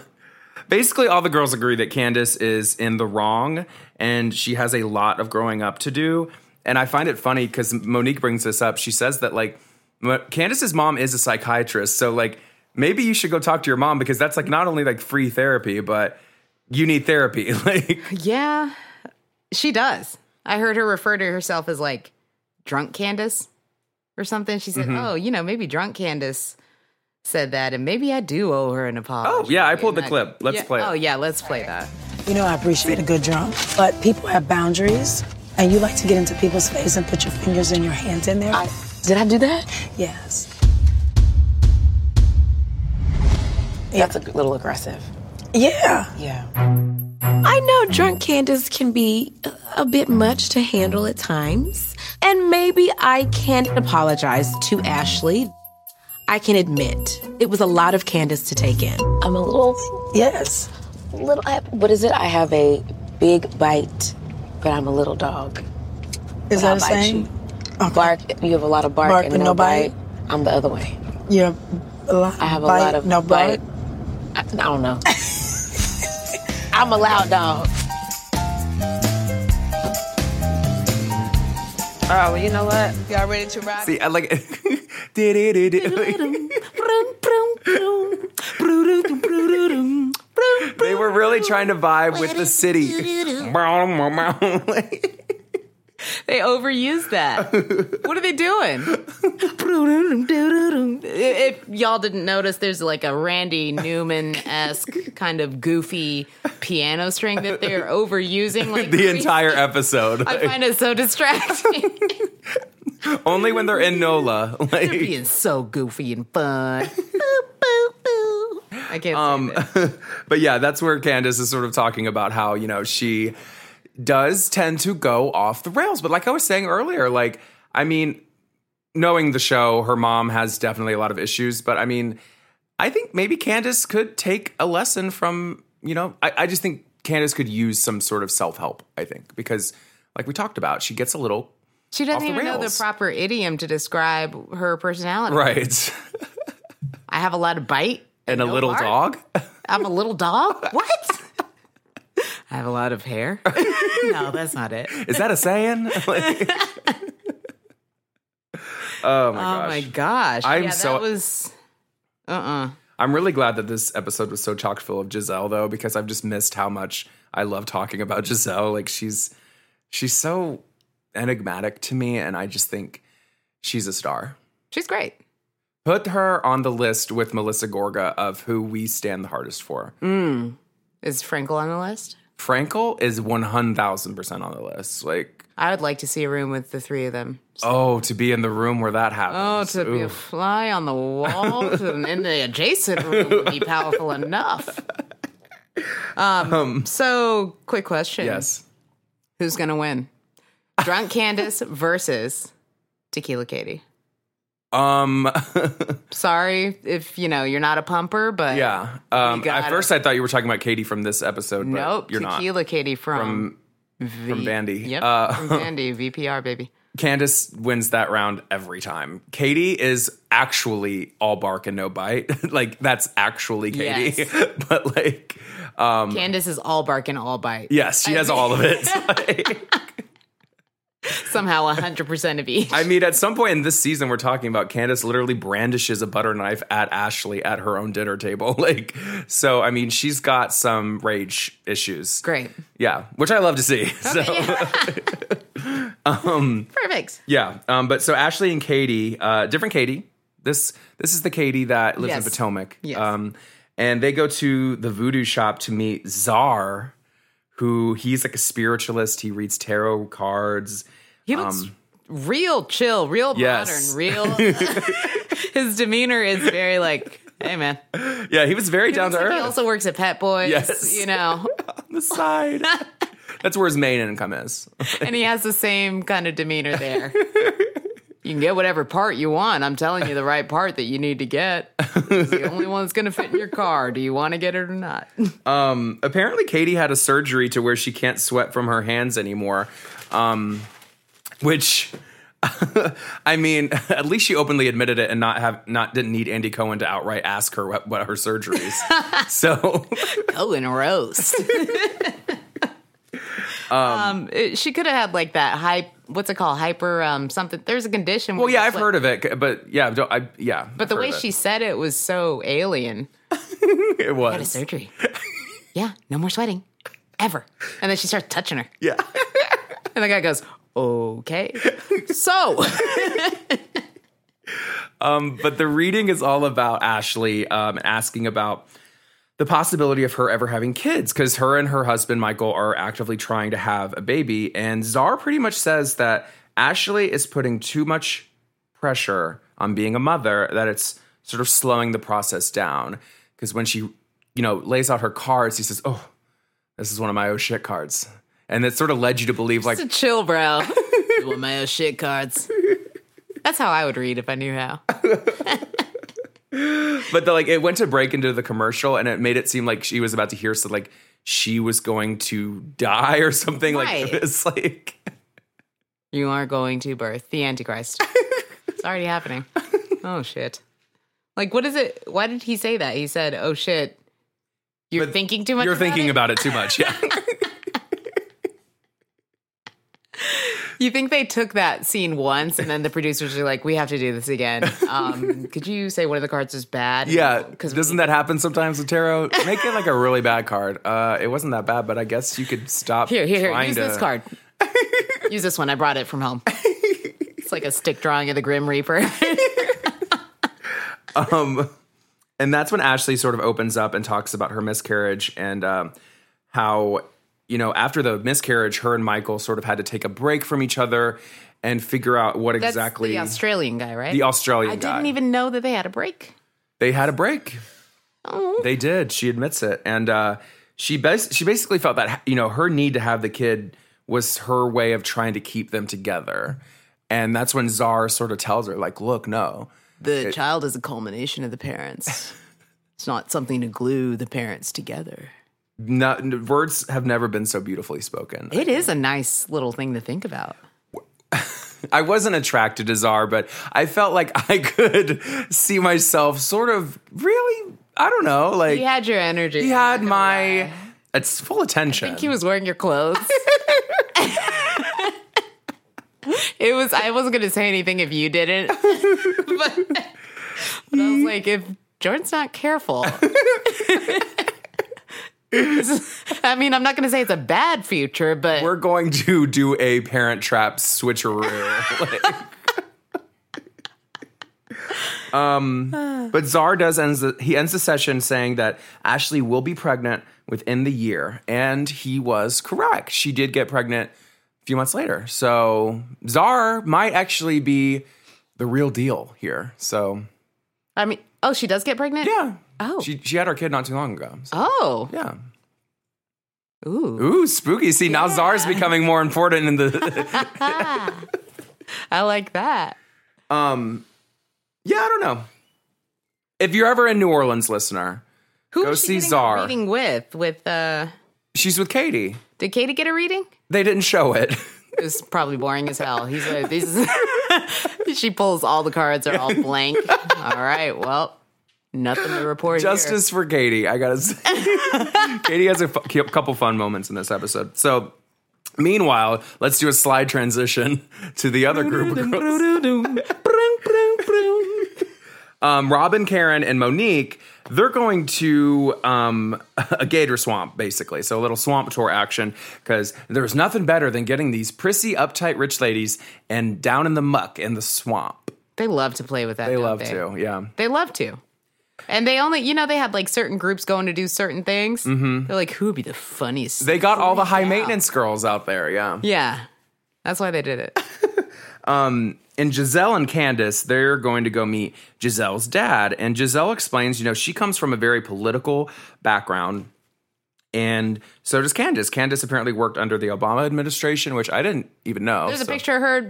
[SPEAKER 1] basically, all the girls agree that Candace is in the wrong and she has a lot of growing up to do. And I find it funny because Monique brings this up. She says that, like, But Candace's mom is a psychiatrist, so like maybe you should go talk to your mom because that's like not only like free therapy, but you need therapy. Like
[SPEAKER 2] Yeah, she does. I heard her refer to herself as like drunk Candace or something. She
[SPEAKER 1] Mm-hmm.
[SPEAKER 2] said, "Oh, you know, maybe drunk Candace said that, and maybe I do owe her an apology."
[SPEAKER 1] Oh, yeah, I pulled the
[SPEAKER 2] And
[SPEAKER 1] clip. Let's
[SPEAKER 2] yeah,
[SPEAKER 1] play it.
[SPEAKER 2] Oh yeah, let's play that.
[SPEAKER 3] You know, I appreciate a good drunk, but people have boundaries, and you like to get into people's face and put your fingers and your hands in there.
[SPEAKER 4] Did I do that?
[SPEAKER 3] yes.
[SPEAKER 4] That's a little aggressive.
[SPEAKER 3] Yeah.
[SPEAKER 4] Yeah.
[SPEAKER 5] I know drunk Candace can be a- a bit much to handle at times, and maybe I can apologize to Ashley. I can admit it was a lot of Candace to take in.
[SPEAKER 4] I'm a little,
[SPEAKER 3] Yes.
[SPEAKER 4] little. I, what is it? I have a big bite, but I'm a little dog.
[SPEAKER 3] Is
[SPEAKER 4] I'll
[SPEAKER 3] that a
[SPEAKER 4] bite
[SPEAKER 3] saying?
[SPEAKER 4] you. Bark. You have a lot of bark,
[SPEAKER 3] Bark
[SPEAKER 4] and
[SPEAKER 3] but
[SPEAKER 4] no,
[SPEAKER 3] no
[SPEAKER 4] bite.
[SPEAKER 3] bite.
[SPEAKER 4] I'm the other way.
[SPEAKER 3] You're a lot.
[SPEAKER 4] I have
[SPEAKER 3] bite,
[SPEAKER 4] a lot of
[SPEAKER 3] no
[SPEAKER 4] bite.
[SPEAKER 3] bite.
[SPEAKER 4] I, I don't know. I'm a loud dog.
[SPEAKER 6] Oh, well, you know what? Y'all ready to ride?
[SPEAKER 1] see, I uh, like Like, they were really trying to vibe with the city. Like,
[SPEAKER 2] They overused that. what are they doing? if y'all didn't notice, there's like a Randy Newman esque kind of goofy piano string that they're overusing. Like
[SPEAKER 1] the entire episode.
[SPEAKER 2] I find it so distracting.
[SPEAKER 1] Only when they're in NOLA. Like
[SPEAKER 2] Being so goofy and fun. Boop, boop, boop. I can't. Um,
[SPEAKER 1] But yeah, that's where Candace is sort of talking about how, you know, she does tend to go off the rails. But like I was saying earlier, like, I mean, knowing the show, her mom has definitely a lot of issues. But I mean, I think maybe Candace could take a lesson from, you know, I, I just think Candace could use some sort of self help, I think, because like we talked about, she gets a little.
[SPEAKER 2] she
[SPEAKER 1] off
[SPEAKER 2] doesn't
[SPEAKER 1] the
[SPEAKER 2] even know the
[SPEAKER 1] rails.
[SPEAKER 2] proper idiom to describe her personality.
[SPEAKER 1] Right.
[SPEAKER 2] I have a lot of bite.
[SPEAKER 1] And a
[SPEAKER 2] no
[SPEAKER 1] little
[SPEAKER 2] bark.
[SPEAKER 1] dog.
[SPEAKER 2] I'm a little dog. What? I have a lot of hair. no, that's not it.
[SPEAKER 1] Is that a saying? Like- oh my
[SPEAKER 2] Oh
[SPEAKER 1] gosh.
[SPEAKER 2] my gosh.
[SPEAKER 1] I'm
[SPEAKER 2] yeah,
[SPEAKER 1] so-
[SPEAKER 2] that was uh uh
[SPEAKER 1] I'm really glad that this episode was so chock full of Giselle though, because I've just missed how much I love talking about Giselle. Like she's she's so enigmatic to me, and I just think she's a star.
[SPEAKER 2] She's great.
[SPEAKER 1] Put her on the list with Melissa Gorga of who we stand the hardest for.
[SPEAKER 2] Is Frankel on the list?
[SPEAKER 1] Frankel is 1,000% on the list. Like,
[SPEAKER 2] I would like to see a room with the three of them.
[SPEAKER 1] oh, to be in the room where that
[SPEAKER 2] Oh,
[SPEAKER 1] happens.
[SPEAKER 2] to be a
[SPEAKER 1] Oof.
[SPEAKER 2] fly on the wall to, in the adjacent room would be powerful enough. Um, so, quick question.
[SPEAKER 1] Yes.
[SPEAKER 2] Who's going to win? Drunk Candace versus Tequila Katie.
[SPEAKER 1] Um,
[SPEAKER 2] Sorry if, you know, you're not a pumper, but
[SPEAKER 1] yeah. Um,
[SPEAKER 2] got
[SPEAKER 1] at
[SPEAKER 2] it.
[SPEAKER 1] first, I thought you were talking about Katie from this episode, but
[SPEAKER 2] nope.
[SPEAKER 1] you're not.
[SPEAKER 2] Tequila Katie from,
[SPEAKER 1] From Bandy.
[SPEAKER 2] Yep,
[SPEAKER 1] Uh,
[SPEAKER 2] from Bandy, VPR, baby.
[SPEAKER 1] Candace wins that round every time. Katie is actually all bark and no bite. like that's actually Katie. but like Um,
[SPEAKER 2] Candace is all bark and all bite.
[SPEAKER 1] yes, she has all of it.
[SPEAKER 2] Somehow 100% of each.
[SPEAKER 1] I mean, at some point in this season we're talking about Candace literally brandishes a butter knife at Ashley at her own dinner table. like so I mean, she's got some rage issues.
[SPEAKER 2] Great.
[SPEAKER 1] Yeah, which I love to see. So Um,
[SPEAKER 2] Perfect.
[SPEAKER 1] yeah, um but so Ashley and Katie, uh different Katie. This this is the Katie that lives
[SPEAKER 2] Yes.
[SPEAKER 1] in Potomac.
[SPEAKER 2] Yes.
[SPEAKER 1] Um, and they go to the voodoo shop to meet Czar, who he's like a spiritualist. He reads tarot cards.
[SPEAKER 2] He
[SPEAKER 1] um,
[SPEAKER 2] looks real chill, real
[SPEAKER 1] Yes.
[SPEAKER 2] modern, real. His demeanor is very like, hey man.
[SPEAKER 1] Yeah, he was very down to
[SPEAKER 2] It's like he
[SPEAKER 1] earth
[SPEAKER 2] also works at Pet Boys,
[SPEAKER 1] Yes.
[SPEAKER 2] you know,
[SPEAKER 1] on the side. That's where his main income is.
[SPEAKER 2] and he has the same kind of demeanor there. You can get whatever part you want. I'm telling you the right part that you need to get. It's the only one that's going to fit in your car. Do you want to get it or not?
[SPEAKER 1] Apparently, Katie had a surgery to where she can't sweat from her hands anymore. Um, which, I mean, at least she openly admitted it and not have not didn't need Andy Cohen to outright ask her what, what her surgeries. so
[SPEAKER 2] Oh, and a Um, roast. um, it- she could have had like that high what's it called? Hyper um something. There's a condition.
[SPEAKER 1] Well, yeah, I've heard of it, c- but yeah, don't- I yeah.
[SPEAKER 2] But the way she said it was so alien.
[SPEAKER 1] it
[SPEAKER 2] Had a
[SPEAKER 1] was,
[SPEAKER 2] surgery. yeah, no more sweating ever. And then she starts touching her.
[SPEAKER 1] yeah,
[SPEAKER 2] And the guy goes, "Okay, so."
[SPEAKER 1] but the reading is all about Ashley um, asking about the possibility of her ever having kids because her and her husband Michael are actively trying to have a baby, and Czar pretty much says that Ashley is putting too much pressure on being a mother that it's sort of slowing the process down because when she you know lays out her cards, he says, "Oh, this is one of my oh shit cards," and it sort of led you to believe like
[SPEAKER 2] It's a chill, bro. Doing my own shit cards. That's how I would read if I knew how.
[SPEAKER 1] but the, like it went to break into the commercial and it made it seem like she was about to hear so like she was going to die or something like
[SPEAKER 2] Right.
[SPEAKER 1] it's like
[SPEAKER 2] You are going to birth the Antichrist. it's already happening. Oh shit! Like, what is it? Why did he say that? He said, "Oh shit." You're
[SPEAKER 1] But
[SPEAKER 2] thinking too much.
[SPEAKER 1] you're thinking
[SPEAKER 2] it?
[SPEAKER 1] about it too much yeah
[SPEAKER 2] You think they took that scene once, and then the producers are like, "We have to do this again." Um, could you say one of the cards is bad?
[SPEAKER 1] yeah
[SPEAKER 2] because
[SPEAKER 1] because doesn't that happen sometimes with tarot make it like a really bad card uh it wasn't that bad but i guess you could stop
[SPEAKER 2] here, here, here.
[SPEAKER 1] trying
[SPEAKER 2] Use
[SPEAKER 1] to-
[SPEAKER 2] this card. use this one. I brought it from home. It's like a stick drawing of the Grim Reaper.
[SPEAKER 1] and that's when Ashley sort of opens up and talks about her miscarriage and um, how you know after the miscarriage, her and Michael sort of had to take a break from each other and figure out what
[SPEAKER 2] That's
[SPEAKER 1] exactly
[SPEAKER 2] the Australian guy, right?
[SPEAKER 1] the Australian
[SPEAKER 2] I
[SPEAKER 1] guy.
[SPEAKER 2] didn't even know that they had a break.
[SPEAKER 1] they had a break.
[SPEAKER 2] Oh.
[SPEAKER 1] They did. She admits it, and uh, she bas- she basically felt that you know her need to have the kid was her way of trying to keep them together, and that's when Czar sort of tells her like, "Look, no,
[SPEAKER 2] The child is a culmination of the parents. it's not something to glue the parents together.
[SPEAKER 1] no words have never been so beautifully spoken."
[SPEAKER 2] It is a nice little thing to think about.
[SPEAKER 1] I wasn't attracted to Czar, but I felt like I could see myself sort of really. I don't know, like
[SPEAKER 2] You had your energy.
[SPEAKER 1] he had my. It's full attention.
[SPEAKER 2] He was wearing your clothes. it was. I wasn't going to say anything if you didn't, but, but I was like, if Jordan's not careful. I mean, I'm not going to say it's a bad future, but
[SPEAKER 1] We're going to do a Parent Trap switcheroo. Like- um, but Czar does ends the, he ends the session saying that Ashley will be pregnant within the year, and he was correct. She did get pregnant a few months later, so Czar might actually be the real deal here. So
[SPEAKER 2] I mean, oh, she does get pregnant.
[SPEAKER 1] yeah,
[SPEAKER 2] Oh.
[SPEAKER 1] she she had her kid not too long ago. So,
[SPEAKER 2] Oh.
[SPEAKER 1] yeah.
[SPEAKER 2] Ooh.
[SPEAKER 1] Ooh, spooky. See, now Czar's becoming more important in the
[SPEAKER 2] I like that.
[SPEAKER 1] Um, yeah, I don't know. If you're ever in New Orleans, listener,
[SPEAKER 2] Who
[SPEAKER 1] Go
[SPEAKER 2] was
[SPEAKER 1] see
[SPEAKER 2] she getting
[SPEAKER 1] Czar.
[SPEAKER 2] a reading with? With uh,
[SPEAKER 1] she's with Katie.
[SPEAKER 2] did Katie get a reading?
[SPEAKER 1] They didn't show it.
[SPEAKER 2] It's probably boring as hell. He's like, this is- she pulls all the cards are all blank. All right, well, nothing to report. here.
[SPEAKER 1] Justice for Katie, I gotta say. Katie has a fu- couple fun moments in this episode. So, meanwhile, let's do a slide transition to the other group of girls. um, Robin, Karen, and Monique, they're going to um, a gator swamp, basically. So a little swamp tour action, because there's nothing better than getting these prissy, uptight rich ladies and down in the muck in the swamp.
[SPEAKER 2] They love to play with that.
[SPEAKER 1] They
[SPEAKER 2] don't
[SPEAKER 1] love
[SPEAKER 2] they?
[SPEAKER 1] to, yeah.
[SPEAKER 2] They love to. And they only, you know, they had like certain groups going to do certain things. Mm-hmm. They're like, who would be the funniest?
[SPEAKER 1] They got all the high maintenance girls out there, yeah.
[SPEAKER 2] yeah, that's why they did
[SPEAKER 1] Oh,
[SPEAKER 2] it.
[SPEAKER 1] and Giselle and Candace, they're going to go meet Giselle's dad. And Giselle explains, you know, she comes from a very political background. And so does Candace. Candace apparently worked under the Obama administration, which I didn't even know.
[SPEAKER 2] There's a
[SPEAKER 1] so-
[SPEAKER 2] picture of her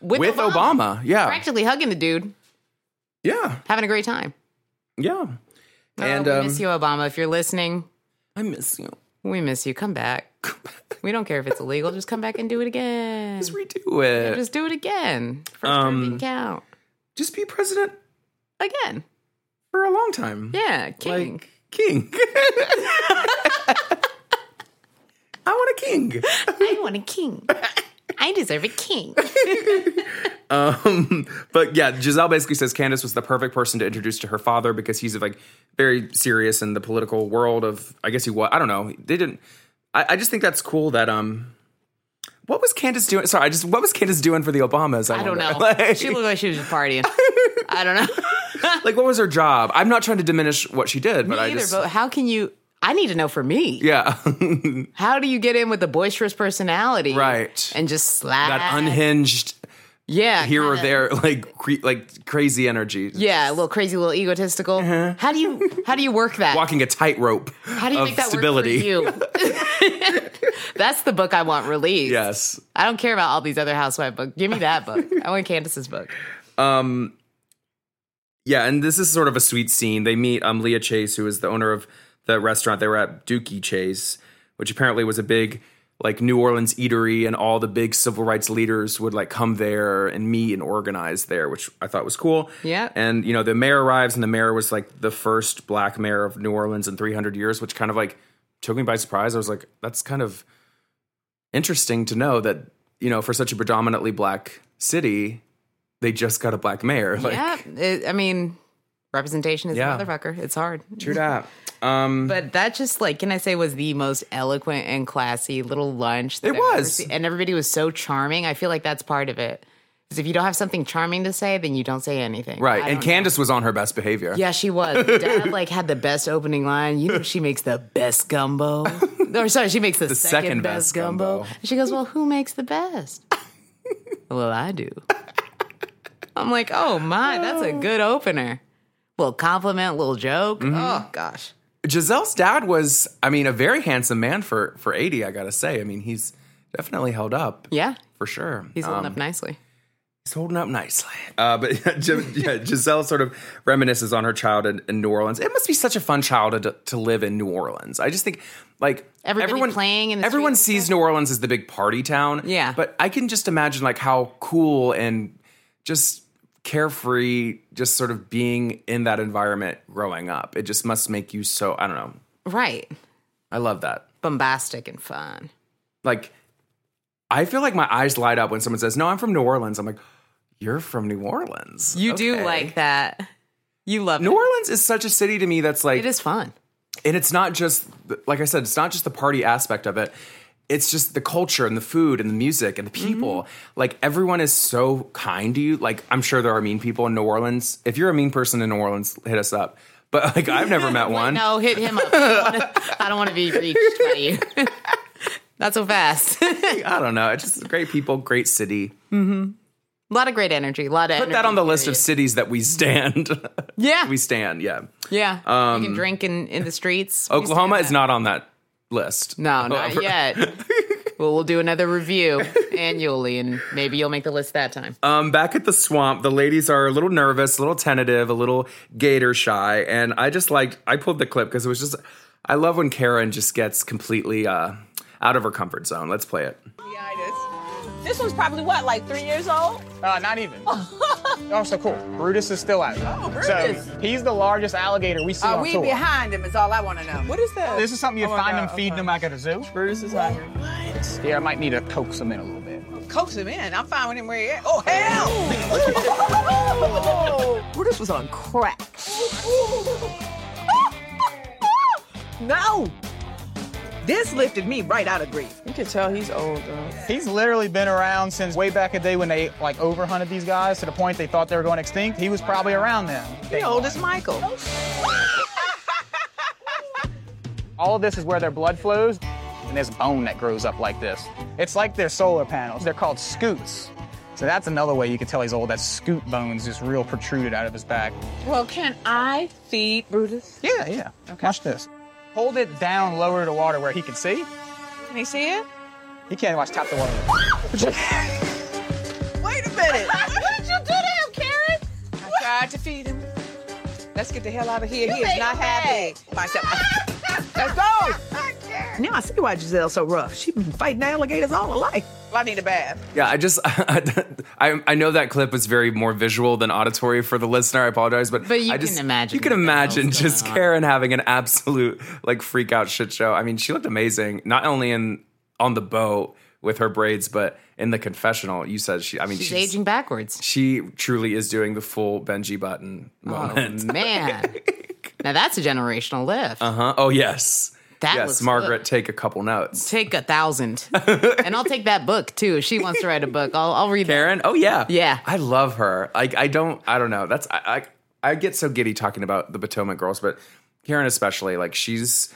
[SPEAKER 2] with,
[SPEAKER 1] with Obama. Yeah.
[SPEAKER 2] practically hugging the dude,
[SPEAKER 1] Yeah.
[SPEAKER 2] having a great time.
[SPEAKER 1] Yeah.
[SPEAKER 2] And
[SPEAKER 1] and
[SPEAKER 2] Oh,
[SPEAKER 1] um,
[SPEAKER 2] we miss you, Obama, if you're listening.
[SPEAKER 1] I miss you.
[SPEAKER 2] We miss you. Come back. We don't care if it's illegal. Just come back and do it again.
[SPEAKER 1] Just redo it. just,
[SPEAKER 2] Just do it again. First
[SPEAKER 1] um,
[SPEAKER 2] term didn't count.
[SPEAKER 1] be president
[SPEAKER 2] Again.
[SPEAKER 1] for a long time.
[SPEAKER 2] Yeah, king.
[SPEAKER 1] Like king. I want a king.
[SPEAKER 2] I want a king. I I deserve a king.
[SPEAKER 1] But yeah, Giselle basically says Candace was the perfect person to introduce to her father because he's like very serious in the political world of I guess he was I don't know. They didn't I, I just think that's cool that um what was Candace doing? Sorry, I just what was Candace doing for the Obamas?
[SPEAKER 2] I don't
[SPEAKER 1] wonder?
[SPEAKER 2] know.
[SPEAKER 1] Like,
[SPEAKER 2] she looked like she was just partying. I don't know.
[SPEAKER 1] like, what was her job? I'm not trying to diminish what she did, but I
[SPEAKER 2] Either,
[SPEAKER 1] just
[SPEAKER 2] but how can you? I need to know for me.
[SPEAKER 1] yeah,
[SPEAKER 2] How do you get in with the boisterous personality,
[SPEAKER 1] Right.
[SPEAKER 2] And just slap
[SPEAKER 1] that unhinged
[SPEAKER 2] yeah,
[SPEAKER 1] here or
[SPEAKER 2] kinda-
[SPEAKER 1] there like cre- like crazy energy.
[SPEAKER 2] yeah, a little crazy, a little egotistical. How do you how do you work that?
[SPEAKER 1] walking a tightrope.
[SPEAKER 2] how do you
[SPEAKER 1] Uh-huh. of
[SPEAKER 2] make that
[SPEAKER 1] stability?
[SPEAKER 2] work for you? That's the book I want released.
[SPEAKER 1] Yes.
[SPEAKER 2] I don't care about all these other housewife books. Give me that book. I want Candace's book.
[SPEAKER 1] Yeah, and this is sort of a sweet scene. They meet um, Leah Chase, who is the owner of the restaurant they were at, Dookie Chase, which apparently was a big like New Orleans eatery, and all the big civil rights leaders would like come there and meet and organize there, which I thought was cool.
[SPEAKER 2] Yeah.
[SPEAKER 1] and you know the mayor arrives, and the mayor was like the first black mayor of New Orleans in 300 years, which kind of like took me by surprise. I was like, that's kind of interesting to know that you know for such a predominantly black city, they just got a black mayor. Like,
[SPEAKER 2] yeah, it- I mean, representation is
[SPEAKER 1] Yeah.
[SPEAKER 2] a motherfucker. It's hard.
[SPEAKER 1] True that. Um,
[SPEAKER 2] But that just like can I say was the most eloquent and classy little lunch. That
[SPEAKER 1] It
[SPEAKER 2] I've ever
[SPEAKER 1] was.
[SPEAKER 2] seen. and everybody was so charming. I feel like that's part of it. Because if you don't have something charming to say, then you don't say anything.
[SPEAKER 1] right,
[SPEAKER 2] I
[SPEAKER 1] and
[SPEAKER 2] don't-
[SPEAKER 1] Candace was on her best behavior.
[SPEAKER 2] yeah, she was. Dad like had the best opening line. You know, she makes the best gumbo. or sorry, she makes the, second,
[SPEAKER 1] second
[SPEAKER 2] best,
[SPEAKER 1] best
[SPEAKER 2] gumbo.
[SPEAKER 1] gumbo.
[SPEAKER 2] And she goes, "Well, who makes the best?" well, I do. I'm like, oh my, that's a good opener. Little compliment, little joke. Oh gosh.
[SPEAKER 1] Giselle's dad was, I mean, a very handsome man for for eighty. I gotta say, I mean, he's definitely held up
[SPEAKER 2] Yeah,
[SPEAKER 1] for sure.
[SPEAKER 2] He's holding up nicely.
[SPEAKER 1] He's holding up nicely. Uh, but yeah, Gi- yeah, Giselle sort of reminisces on her childhood in New Orleans. It must be such a fun childhood to, to live in New Orleans. I just think, like
[SPEAKER 2] Everybody
[SPEAKER 1] everyone
[SPEAKER 2] playing in the
[SPEAKER 1] everyone
[SPEAKER 2] streets and
[SPEAKER 1] sees New Orleans as the big party town.
[SPEAKER 2] Yeah.
[SPEAKER 1] but I can just imagine like how cool and just carefree, just sort of being in that environment growing up. It just must make you so. I don't know.
[SPEAKER 2] Right.
[SPEAKER 1] I love that.
[SPEAKER 2] Bombastic and fun.
[SPEAKER 1] Like, I feel like my eyes light up when someone says, "No, I'm from New Orleans." I'm like, "You're from New Orleans."
[SPEAKER 2] You do
[SPEAKER 1] Okay.
[SPEAKER 2] like that. You love
[SPEAKER 1] New
[SPEAKER 2] it.
[SPEAKER 1] Orleans is such a city to me that's like,
[SPEAKER 2] It is fun.
[SPEAKER 1] and it's not just like I said, it's not just the party aspect of it. It's just the culture and the food and the music and the
[SPEAKER 2] Mm-hmm.
[SPEAKER 1] people. Like everyone is so kind to you. Like I'm sure there are mean people in New Orleans. If you're a mean person in New Orleans, hit us up. But like I've never met one.
[SPEAKER 2] No, hit him up. I don't want to be reached by you. Not so fast. a
[SPEAKER 1] I don't know. It's just great people, great city.
[SPEAKER 2] lot of great energy. A lot of
[SPEAKER 1] Put that on the list of cities that we stand.
[SPEAKER 2] Yeah.
[SPEAKER 1] we um, stand. Yeah.
[SPEAKER 2] yeah. you can drink in, in the streets.
[SPEAKER 1] Oklahoma is not on that list.
[SPEAKER 2] No, not
[SPEAKER 1] However.
[SPEAKER 2] yet. well, we'll do another review annually and maybe you'll make the list that time.
[SPEAKER 1] Um, back at the swamp, the ladies are a little nervous, a little tentative, a little gator shy, and I just liked. I pulled the clip because it was just. I love when Karen just gets completely uh, out of her comfort zone. Let's play it.
[SPEAKER 6] This one's probably what, like three years old?
[SPEAKER 7] Uh, not even. oh, so cool. Brutus is still out.
[SPEAKER 6] Oh, Brutus.
[SPEAKER 7] So he's the largest alligator we see
[SPEAKER 6] Are
[SPEAKER 7] on
[SPEAKER 6] Uh, we
[SPEAKER 7] tour.
[SPEAKER 6] behind him? Is all I want to know. What is that?
[SPEAKER 7] This is something you
[SPEAKER 6] Oh my
[SPEAKER 7] find them
[SPEAKER 6] God,
[SPEAKER 7] feeding
[SPEAKER 6] okay.
[SPEAKER 7] them like at a zoo.
[SPEAKER 6] Brutus is out here. What?
[SPEAKER 7] Yeah, I might need to coax them in a little bit.
[SPEAKER 6] Coax him in. I'm fine with him where he is. Oh hell! Brutus was on crack. no. This lifted me right out of grief. You can tell he's old though.
[SPEAKER 7] He's literally been around since way back a day when they like overhunted these guys to the point they thought they were going extinct. He was probably around then.
[SPEAKER 6] The oldest Michael.
[SPEAKER 7] All of this is where their blood flows, and there's bone that grows up like this. It's like their solar panels. They're called scoots. So that's another way you can tell he's old. That scoot bones just real protruded out of his back.
[SPEAKER 6] Well, can I feed Brutus?
[SPEAKER 7] Yeah, yeah. Watch this. Hold it down lower to water where he can see.
[SPEAKER 6] Can he see it?
[SPEAKER 7] He can't watch top the water.
[SPEAKER 6] Wait a minute. what did you do to him, Karen? I tried to feed him. Let's get the hell out of here. he is not happy. Myself. Let's go. Now I see why Giselle's so rough. She's been fighting alligators all her life. Well, I need a bath.
[SPEAKER 1] Yeah, I just I I know that clip was very more visual than auditory for the listener. I apologize, but
[SPEAKER 2] But you
[SPEAKER 1] I
[SPEAKER 2] can
[SPEAKER 1] just,
[SPEAKER 2] imagine
[SPEAKER 1] you can
[SPEAKER 2] what the hell's
[SPEAKER 1] imagine just
[SPEAKER 2] going on.
[SPEAKER 1] Karen having an absolute like freak out shit show. I mean, she looked amazing, not only in on the boat with her braids, but in the confessional, you said she. I mean,
[SPEAKER 2] She's aging backwards.
[SPEAKER 1] She truly is doing the full Benji Button moment.
[SPEAKER 2] Oh, Man. now that's a generational lift.
[SPEAKER 1] Huh? Oh yes,
[SPEAKER 2] That
[SPEAKER 1] yes.
[SPEAKER 2] was
[SPEAKER 1] Margaret, take a couple notes.
[SPEAKER 2] Take a thousand. and I'll take that book too. If she wants to write a book, I'll, I'll read that.
[SPEAKER 1] Karen. Oh yeah,
[SPEAKER 2] Yeah.
[SPEAKER 1] I love her. Like I don't. I don't know. That's I. I, I get so giddy talking about the Potomac girls, but Karen especially. Like she's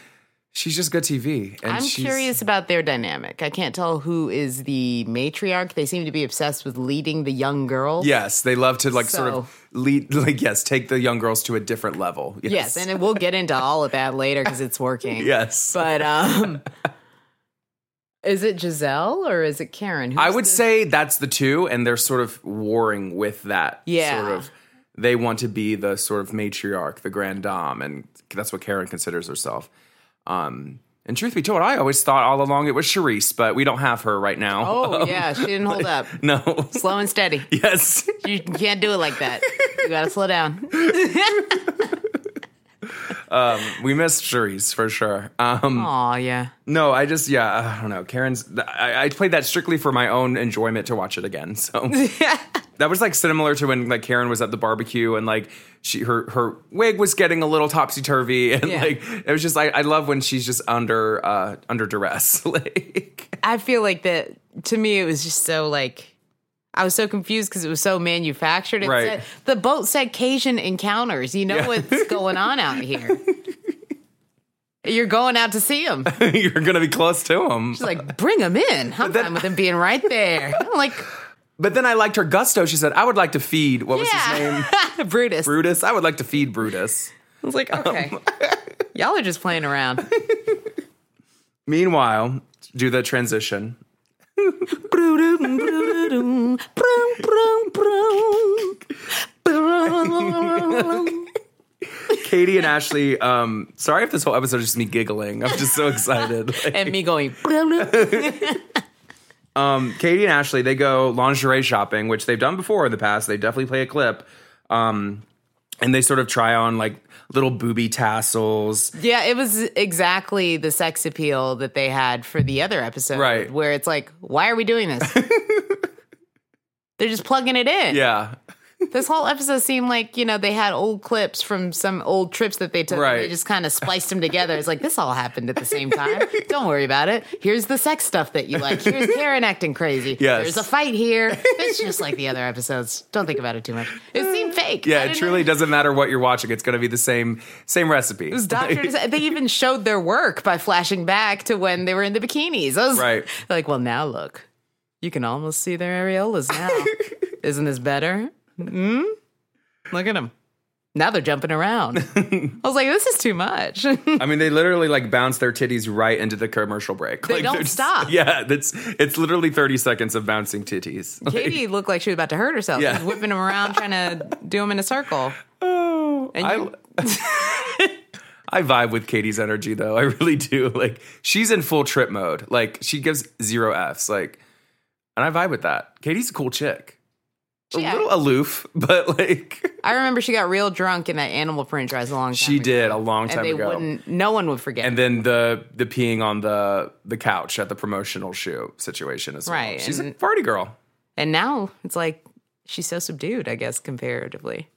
[SPEAKER 1] she's just good TV. And
[SPEAKER 2] I'm
[SPEAKER 1] she's,
[SPEAKER 2] curious about their dynamic. I can't tell who is the matriarch. They seem to be obsessed with leading the young girl.
[SPEAKER 1] Yes, they love to like sort
[SPEAKER 2] So-
[SPEAKER 1] of lead. Like yes, take the young girls to a different level.
[SPEAKER 2] Yes, and we'll get into all of that later because it's working.
[SPEAKER 1] yes.
[SPEAKER 2] But um is it Giselle or is it Karen? Who's
[SPEAKER 1] I would
[SPEAKER 2] the-
[SPEAKER 1] say that's the two, and they're sort of warring with that.
[SPEAKER 2] Yeah.
[SPEAKER 1] Sort of. They want to be the sort of matriarch, the grand dame, and that's what Karen considers herself. Um, and truth be told, I always thought all along it was Charisse, but we don't have her right now.
[SPEAKER 2] Oh yeah, she didn't hold up.
[SPEAKER 1] No.
[SPEAKER 2] Slow and steady.
[SPEAKER 1] yes.
[SPEAKER 2] You can't do it like that. You gotta slow down.
[SPEAKER 1] we missed Charisse for sure. Um,
[SPEAKER 2] Oh yeah.
[SPEAKER 1] no, I just, yeah, I don't know. Karen's, I, I played that strictly for my own enjoyment to watch it again. So. that was like similar to when like Karen was at the barbecue and like she her her wig was getting a little topsy turvy and
[SPEAKER 2] Yeah.
[SPEAKER 1] like it was just like I love when she's just under uh under duress like
[SPEAKER 2] I feel like that to me it was just so like I was so confused because it was so manufactured. It
[SPEAKER 1] Right.
[SPEAKER 2] said, the boat said Cajun encounters. You know what's going on out here. You're going out to see him. She's
[SPEAKER 1] you're gonna be close to him.
[SPEAKER 2] like, bring him in. I'm
[SPEAKER 1] then-
[SPEAKER 2] fine with him being right there. I'm like,
[SPEAKER 1] But then I liked her gusto. She said, "I would like to feed what was his name,
[SPEAKER 2] yeah, Brutus.
[SPEAKER 1] Brutus. I would like to feed Brutus."
[SPEAKER 2] I was like, okay,
[SPEAKER 1] um,
[SPEAKER 2] y'all are just playing around.
[SPEAKER 1] Meanwhile, do the transition. Katie and Ashley. Um, sorry if this whole episode is just me giggling. I'm just so excited. Like-
[SPEAKER 2] and me going,
[SPEAKER 1] Katie and Ashley, they go lingerie shopping, which they've done before in the past. They definitely play a clip. Um, and they sort of try on like little booby tassels.
[SPEAKER 2] Yeah, it was exactly the sex appeal that they had for the other episode.
[SPEAKER 1] Right.
[SPEAKER 2] Where it's like, why are we doing this? They're just plugging it in.
[SPEAKER 1] Yeah.
[SPEAKER 2] This whole episode seemed like, you know, they had old clips from some old trips that they took. and
[SPEAKER 1] Right.
[SPEAKER 2] they just kind of spliced them together. It's like, this all happened at the same time. Don't worry about it. Here's the sex stuff that you like. Here's Karen acting crazy.
[SPEAKER 1] Yes.
[SPEAKER 2] There's a fight here. It's just like the other episodes. Don't think about it too much. It seemed fake. I
[SPEAKER 1] Yeah, it
[SPEAKER 2] didn't
[SPEAKER 1] truly
[SPEAKER 2] know.
[SPEAKER 1] doesn't matter what you're watching. It's going to be the same same recipe.
[SPEAKER 2] Those doctors, they even showed their work by flashing back to when they were in the bikinis. I was
[SPEAKER 1] Right.
[SPEAKER 2] like, well, now look, you can almost see their areolas now. Isn't this better? Mm? Look at them. Now they're jumping around. I was like, this is too much.
[SPEAKER 1] I mean, they literally like bounce their titties right into the commercial break. They like,
[SPEAKER 2] don't
[SPEAKER 1] they're just-
[SPEAKER 2] stop.
[SPEAKER 1] Yeah, that's it's literally 30 seconds of bouncing titties.
[SPEAKER 2] Katie looked like she was about to hurt herself.
[SPEAKER 1] Yeah.
[SPEAKER 2] She was whipping them around, trying to do them in a circle.
[SPEAKER 1] Oh,
[SPEAKER 2] And you-
[SPEAKER 1] I, I vibe with Katie's energy though. I really do. Like she's in full trip mode. Like she gives zero f's. Like, and I vibe with that. Katie's a cool chick.
[SPEAKER 2] She-
[SPEAKER 1] A little aloof, but like
[SPEAKER 2] I remember she got real drunk in that animal print dress a long time
[SPEAKER 1] she
[SPEAKER 2] ago.
[SPEAKER 1] did a long
[SPEAKER 2] And
[SPEAKER 1] time
[SPEAKER 2] they
[SPEAKER 1] ago.
[SPEAKER 2] wouldn't, no one would forget.
[SPEAKER 1] And then the the peeing on the the couch at the promotional shoe situation as well.
[SPEAKER 2] Right,
[SPEAKER 1] She's a
[SPEAKER 2] and-
[SPEAKER 1] party girl.
[SPEAKER 2] and now it's like, she's so subdued, I guess, comparatively.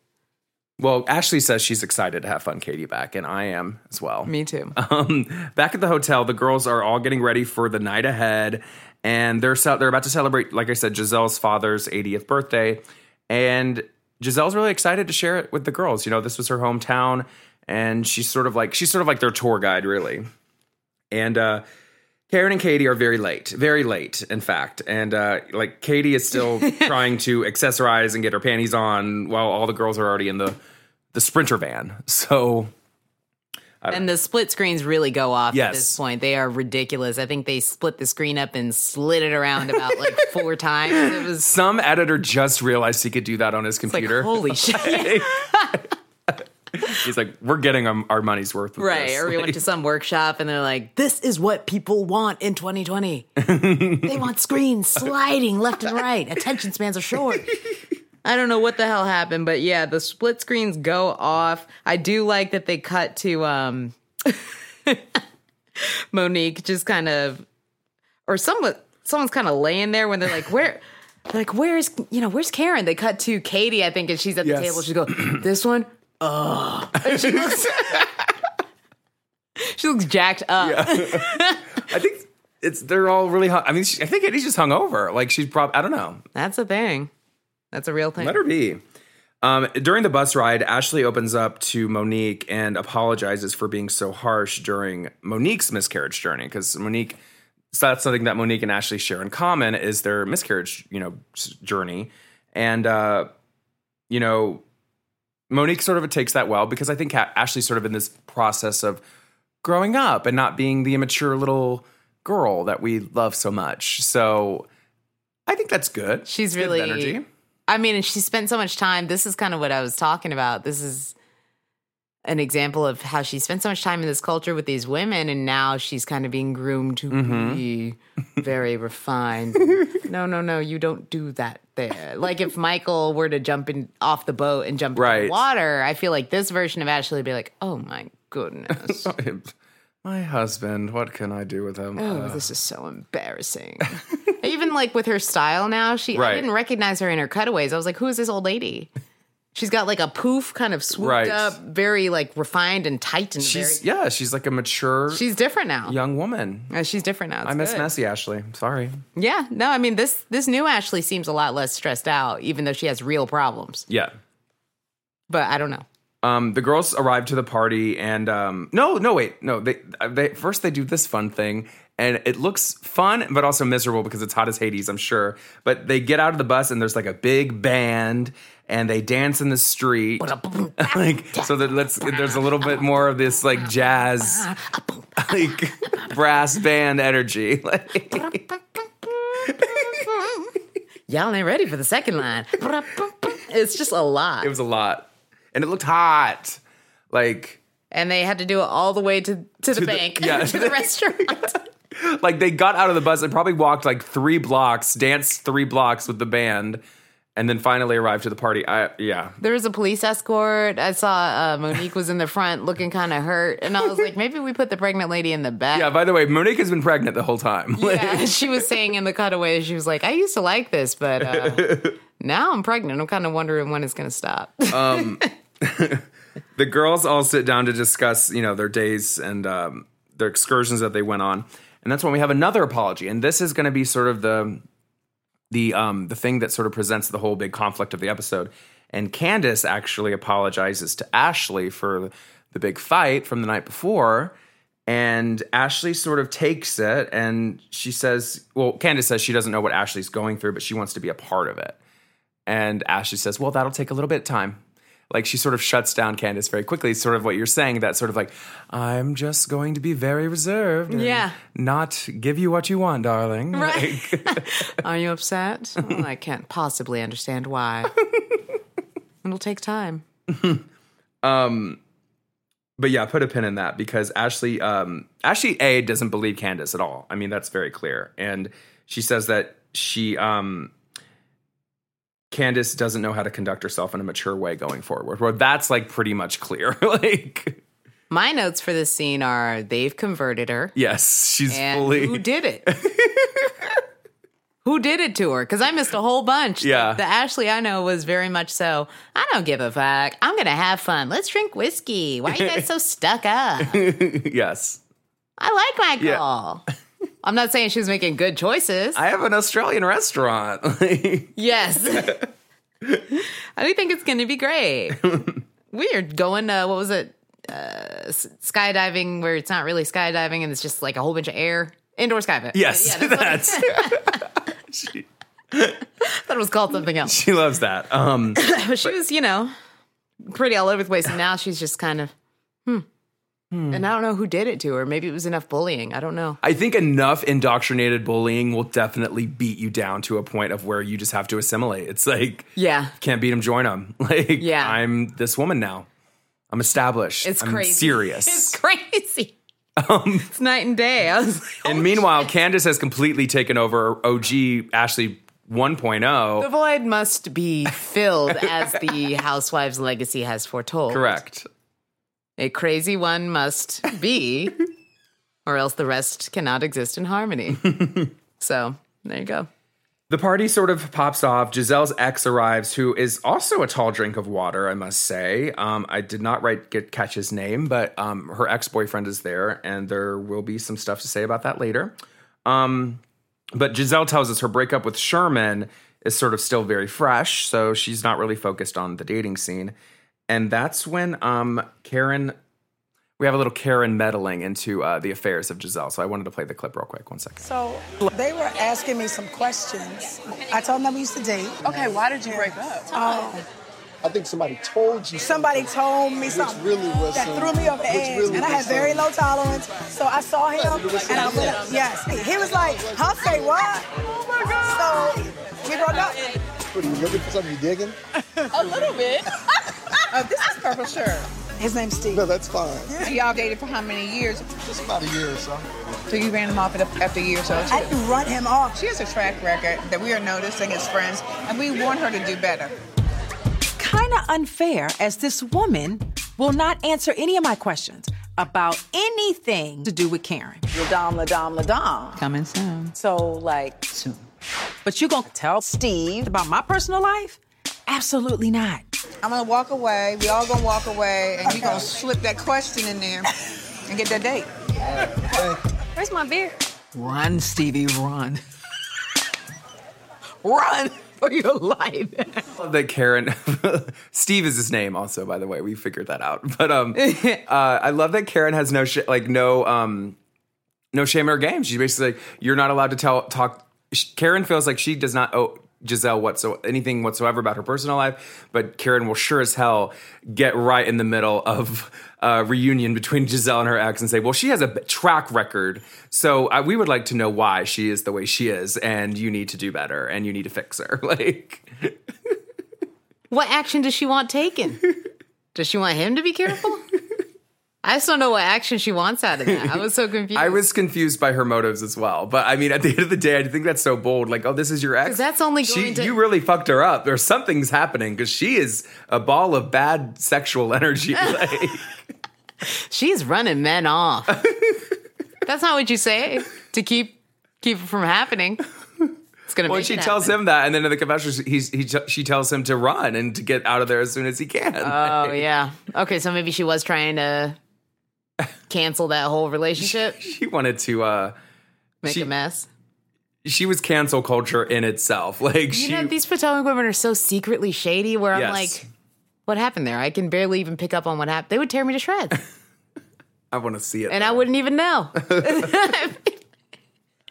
[SPEAKER 1] Well, Ashley says she's excited to have fun Katie back, and I am as well.
[SPEAKER 2] Me too.
[SPEAKER 1] Um, back at the hotel, the girls are all getting ready for the night ahead, and they're ce- they're about to celebrate, like I said, Giselle's father's 80th birthday, and Giselle's really excited to share it with the girls. You know, this was her hometown, and she's sort of like she's sort of like their tour guide, really. And uh, Karen and Katie are very late, very late, in fact. And uh, like Katie is still trying to accessorize and get her panties on, while all the girls are already in the the sprinter van. So
[SPEAKER 2] And the split screens really go off
[SPEAKER 1] Yes.
[SPEAKER 2] at this point. They are ridiculous. I think they split the screen up and slid it around about like four times. It was
[SPEAKER 1] Some editor just realized he could do that on his
[SPEAKER 2] like,
[SPEAKER 1] computer.
[SPEAKER 2] holy shit.
[SPEAKER 1] He's like, we're getting um, our money's worth. With
[SPEAKER 2] Right.
[SPEAKER 1] this."
[SPEAKER 2] Or we went to some workshop and they're like, this is what people want in 2020. they want screens sliding left and right. Attention spans are short. I don't know what the hell happened, but yeah, the split screens go off. I do like that they cut to um Monique just kind of or someone someone's kind of laying there when they're like, where, like, where's, you know, where's Karen? They cut to Katie, I think, and she's at the
[SPEAKER 1] Yes.
[SPEAKER 2] table. She goes, this one, oh, she looks, she looks jacked up.
[SPEAKER 1] I think it's they're all really. Hung, I mean, she, I think Eddie's just hung over. Like she's probably. I don't know.
[SPEAKER 2] That's a thing. That's a real thing.
[SPEAKER 1] Let her be. Um, during the bus ride, Ashley opens up to Monique and apologizes for being so harsh during Monique's miscarriage journey because Monique. So that's something that Monique and Ashley share in common is their miscarriage, you know, s- journey, and uh, you know, Monique sort of takes that well because I think Ha- Ashley's sort of in this process of growing up and not being the immature little girl that we love so much. So I think that's good.
[SPEAKER 2] She's
[SPEAKER 1] It's good
[SPEAKER 2] really-
[SPEAKER 1] energy.
[SPEAKER 2] I mean, and she spent so much time. This is kind of what I was talking about. This is an example of how she spent so much time in this culture with these women, and now she's kind of being groomed to be very refined. no, no, no, you don't do that there. Like if Michael were to jump in off the boat and jump in
[SPEAKER 1] Right.
[SPEAKER 2] the water, I feel like this version of Ashley would be like, oh my goodness.
[SPEAKER 1] My husband, what can I do with him? Uh,
[SPEAKER 2] Oh, this is so embarrassing. Even like with her style now, she I
[SPEAKER 1] Right.
[SPEAKER 2] didn't recognize her in her cutaways. I was like, who is this old lady? She's got like a poof kind of swooped
[SPEAKER 1] Right.
[SPEAKER 2] up, very like refined and tight and
[SPEAKER 1] she's
[SPEAKER 2] very
[SPEAKER 1] yeah, she's like a mature
[SPEAKER 2] She's different now.
[SPEAKER 1] young woman.
[SPEAKER 2] Uh, she's different now. It's
[SPEAKER 1] I miss
[SPEAKER 2] good.
[SPEAKER 1] messy Ashley. Sorry.
[SPEAKER 2] Yeah. No, I mean this this new Ashley seems a lot less stressed out, even though she has real problems.
[SPEAKER 1] Yeah.
[SPEAKER 2] But I don't know.
[SPEAKER 1] Um, the girls arrive to the party and um, no, no, wait, no. They, they first they do this fun thing, and it looks fun but also miserable because it's hot as Hades, I'm sure. But they get out of the bus and there's like a big band and they dance in the street, like so that let's there's a little bit more of this like jazz, like brass band energy. Like,
[SPEAKER 2] Y'all ain't ready for the second line. it's just a lot.
[SPEAKER 1] it was a lot, and it looked hot, like.
[SPEAKER 2] and they had to do it all the way to, to, the,
[SPEAKER 1] the-
[SPEAKER 2] bank,
[SPEAKER 1] yeah.
[SPEAKER 2] to the restaurant.
[SPEAKER 1] like they got out of the bus and probably walked like three blocks, danced three blocks with the band, and then finally arrived to the party. I yeah,
[SPEAKER 2] There was a police escort. I saw uh, Monique was in the front looking kind of hurt. And I was like, maybe we put the pregnant lady in the back.
[SPEAKER 1] yeah. By the way, Monique has been pregnant the whole time. Like,
[SPEAKER 2] Yeah, she was saying in the cutaway, she was like, I used to like this, but uh, now I'm pregnant. I'm kind of wondering when it's going to stop.
[SPEAKER 1] the girls all sit down to discuss, you know, their days and um, their excursions that they went on, and that's when we have another apology. And this is going to be sort of the the um the thing that sort of presents the whole big conflict of the episode. And Candace actually apologizes to Ashley for the big fight from the night before. And Ashley sort of takes it and she says, Well, Candace says she doesn't know what Ashley's going through, but she wants to be a part of it. And Ashley says, Well, that'll take a little bit of time. Like she sort of shuts down Candace very quickly, sort of what you're saying, that sort of like, I'm just going to be very reserved. and
[SPEAKER 2] Yeah.
[SPEAKER 1] Not give you what you want, darling.
[SPEAKER 2] Right. Are you upset? "Well, I can't possibly understand why. It'll take time.
[SPEAKER 1] but yeah, put a pin in that because Ashley, um, Ashley A doesn't believe Candace at all. I mean, that's very clear. And she says that she, um, Candace doesn't know how to conduct herself in a mature way going forward. Well, that's like pretty much clear. like,
[SPEAKER 2] My notes for this scene are they've converted her.
[SPEAKER 1] yes, she's
[SPEAKER 2] And
[SPEAKER 1] fully.
[SPEAKER 2] who did it? who did it to her? Because I missed a whole bunch.
[SPEAKER 1] Yeah.
[SPEAKER 2] The, Ashley I know was very much so, I don't give a fuck. I'm going to have fun. Let's drink whiskey. Why are you guys so stuck up?
[SPEAKER 1] yes.
[SPEAKER 2] I like Michael. I'm not saying she was making good choices.
[SPEAKER 1] I have an Australian restaurant.
[SPEAKER 2] yes. I do think it's going to be great. we are going, uh, what was it? Uh, s- skydiving, where it's not really skydiving and it's just like a whole bunch of air. Indoor skydiving.
[SPEAKER 1] yes, that's. she,
[SPEAKER 2] I thought it was called something else.
[SPEAKER 1] she loves that. Um,
[SPEAKER 2] But she was, you know, pretty all over the place. And now she's just kind of, hmm. And I don't know who did it to her. Maybe it was enough bullying. I don't know.
[SPEAKER 1] I think enough indoctrinated bullying will definitely beat you down to a point of where you just have to assimilate. It's like,
[SPEAKER 2] Yeah.
[SPEAKER 1] can't beat him, join him. Like,
[SPEAKER 2] Yeah.
[SPEAKER 1] I'm this woman now. I'm established.
[SPEAKER 2] It's
[SPEAKER 1] I'm
[SPEAKER 2] crazy.
[SPEAKER 1] Serious. Um,
[SPEAKER 2] It's crazy. it's night and day. I was like,
[SPEAKER 1] and meanwhile, Candace has completely taken over OG Ashley oh. 1.0.
[SPEAKER 2] the void must be filled as the housewife's legacy has foretold.
[SPEAKER 1] Correct.
[SPEAKER 2] A crazy one must be, or else the rest cannot exist in harmony. so There you go.
[SPEAKER 1] The party sort of pops off. Giselle's ex arrives, who is also a tall drink of water, I must say. Um, I did not write get catch his name, but um, her ex boyfriend is there, and there will be some stuff to say about that later. Um, but Giselle tells us her breakup with Sherman is sort of still very fresh, so she's not really focused on the dating scene. And that's when um, Karen, we have a little Karen meddling into uh, the affairs of Giselle. So I wanted to play the clip real quick. One second.
[SPEAKER 3] So they were asking me some questions. I told them that we used to date.
[SPEAKER 6] Okay, why did you break up?
[SPEAKER 3] Oh,
[SPEAKER 8] I think somebody told you.
[SPEAKER 3] somebody told me
[SPEAKER 8] Which
[SPEAKER 3] something
[SPEAKER 8] really was
[SPEAKER 3] that
[SPEAKER 8] some-
[SPEAKER 3] threw me over the
[SPEAKER 8] which
[SPEAKER 3] edge,
[SPEAKER 8] really
[SPEAKER 3] and I had
[SPEAKER 8] was
[SPEAKER 3] very
[SPEAKER 8] some-
[SPEAKER 3] low tolerance. So I saw him,
[SPEAKER 8] was
[SPEAKER 3] and I
[SPEAKER 8] some-
[SPEAKER 3] went, up- yes. He was like, "Huh? Say what?" Oh my God! So we broke up.
[SPEAKER 8] What, are you looking for something you digging?
[SPEAKER 6] A little bit. uh, this is purple shirt.
[SPEAKER 3] His name's Steve.
[SPEAKER 8] No, that's fine.
[SPEAKER 6] Y'all dated for how many years?
[SPEAKER 8] Just about a year or so.
[SPEAKER 6] So you ran him off at a- after a year or so.
[SPEAKER 3] I didn't run him off.
[SPEAKER 6] She has a track record that we are noticing as friends, and we want her to do better.
[SPEAKER 9] kind of unfair as this woman will not answer any of my questions about anything to do with Karen.
[SPEAKER 10] La dom, la dom, la dom.
[SPEAKER 6] Coming soon.
[SPEAKER 10] So, like,
[SPEAKER 9] But you gonna tell Steve about my personal life? Absolutely not.
[SPEAKER 6] I'm gonna walk away. We all gonna walk away, and you gonna slip that question in there and get that date.
[SPEAKER 5] Where's my beer?
[SPEAKER 10] run, Stevie, run. run for your life.
[SPEAKER 1] love that Karen Steve is his name also by the way we figured that out but um uh, I love that Karen has no sh- like no um no shame in her game she's basically like you're not allowed to tell talk sh- Karen feels like she does not owe Giselle whatso anything whatsoever about her personal life but Karen will sure as hell get right in the middle of a reunion between Giselle and her ex and say well she has a b- track record so I, we would like to know why she is the way she is and you need to do better and you need to fix her like
[SPEAKER 2] What action does she want taken? does she want him to be careful? I just don't know what action she wants out of that. I was so confused.
[SPEAKER 1] I was confused by her motives as well. But I mean, at the end of the day, I think that's so bold. Like, oh, this is your ex.
[SPEAKER 2] 'Cause that's only
[SPEAKER 1] She-
[SPEAKER 2] going to-
[SPEAKER 1] you really fucked her up, or something's happening because she is a ball of bad sexual energy. Like,
[SPEAKER 2] She's running men off. That's not what you say to keep keep it from happening. It's gonna.
[SPEAKER 1] well,
[SPEAKER 2] make
[SPEAKER 1] she
[SPEAKER 2] it
[SPEAKER 1] tells
[SPEAKER 2] happen.
[SPEAKER 1] him that, and then in the confessional, she- he's, he t- she tells him to run and to get out of there as soon as he can.
[SPEAKER 2] Oh yeah. Okay, so maybe she was trying to cancel that whole relationship,
[SPEAKER 1] she wanted to. uh
[SPEAKER 2] make
[SPEAKER 1] She-
[SPEAKER 2] a mess.
[SPEAKER 1] She was cancel culture in itself. Like
[SPEAKER 2] You
[SPEAKER 1] she.
[SPEAKER 2] know, these Potomac women are so secretly shady. Where
[SPEAKER 1] Yes.
[SPEAKER 2] I'm like, what happened there? I can barely even pick up on what happened. They would tear me to shreds,
[SPEAKER 1] I want to see it.
[SPEAKER 2] and I wouldn't even know.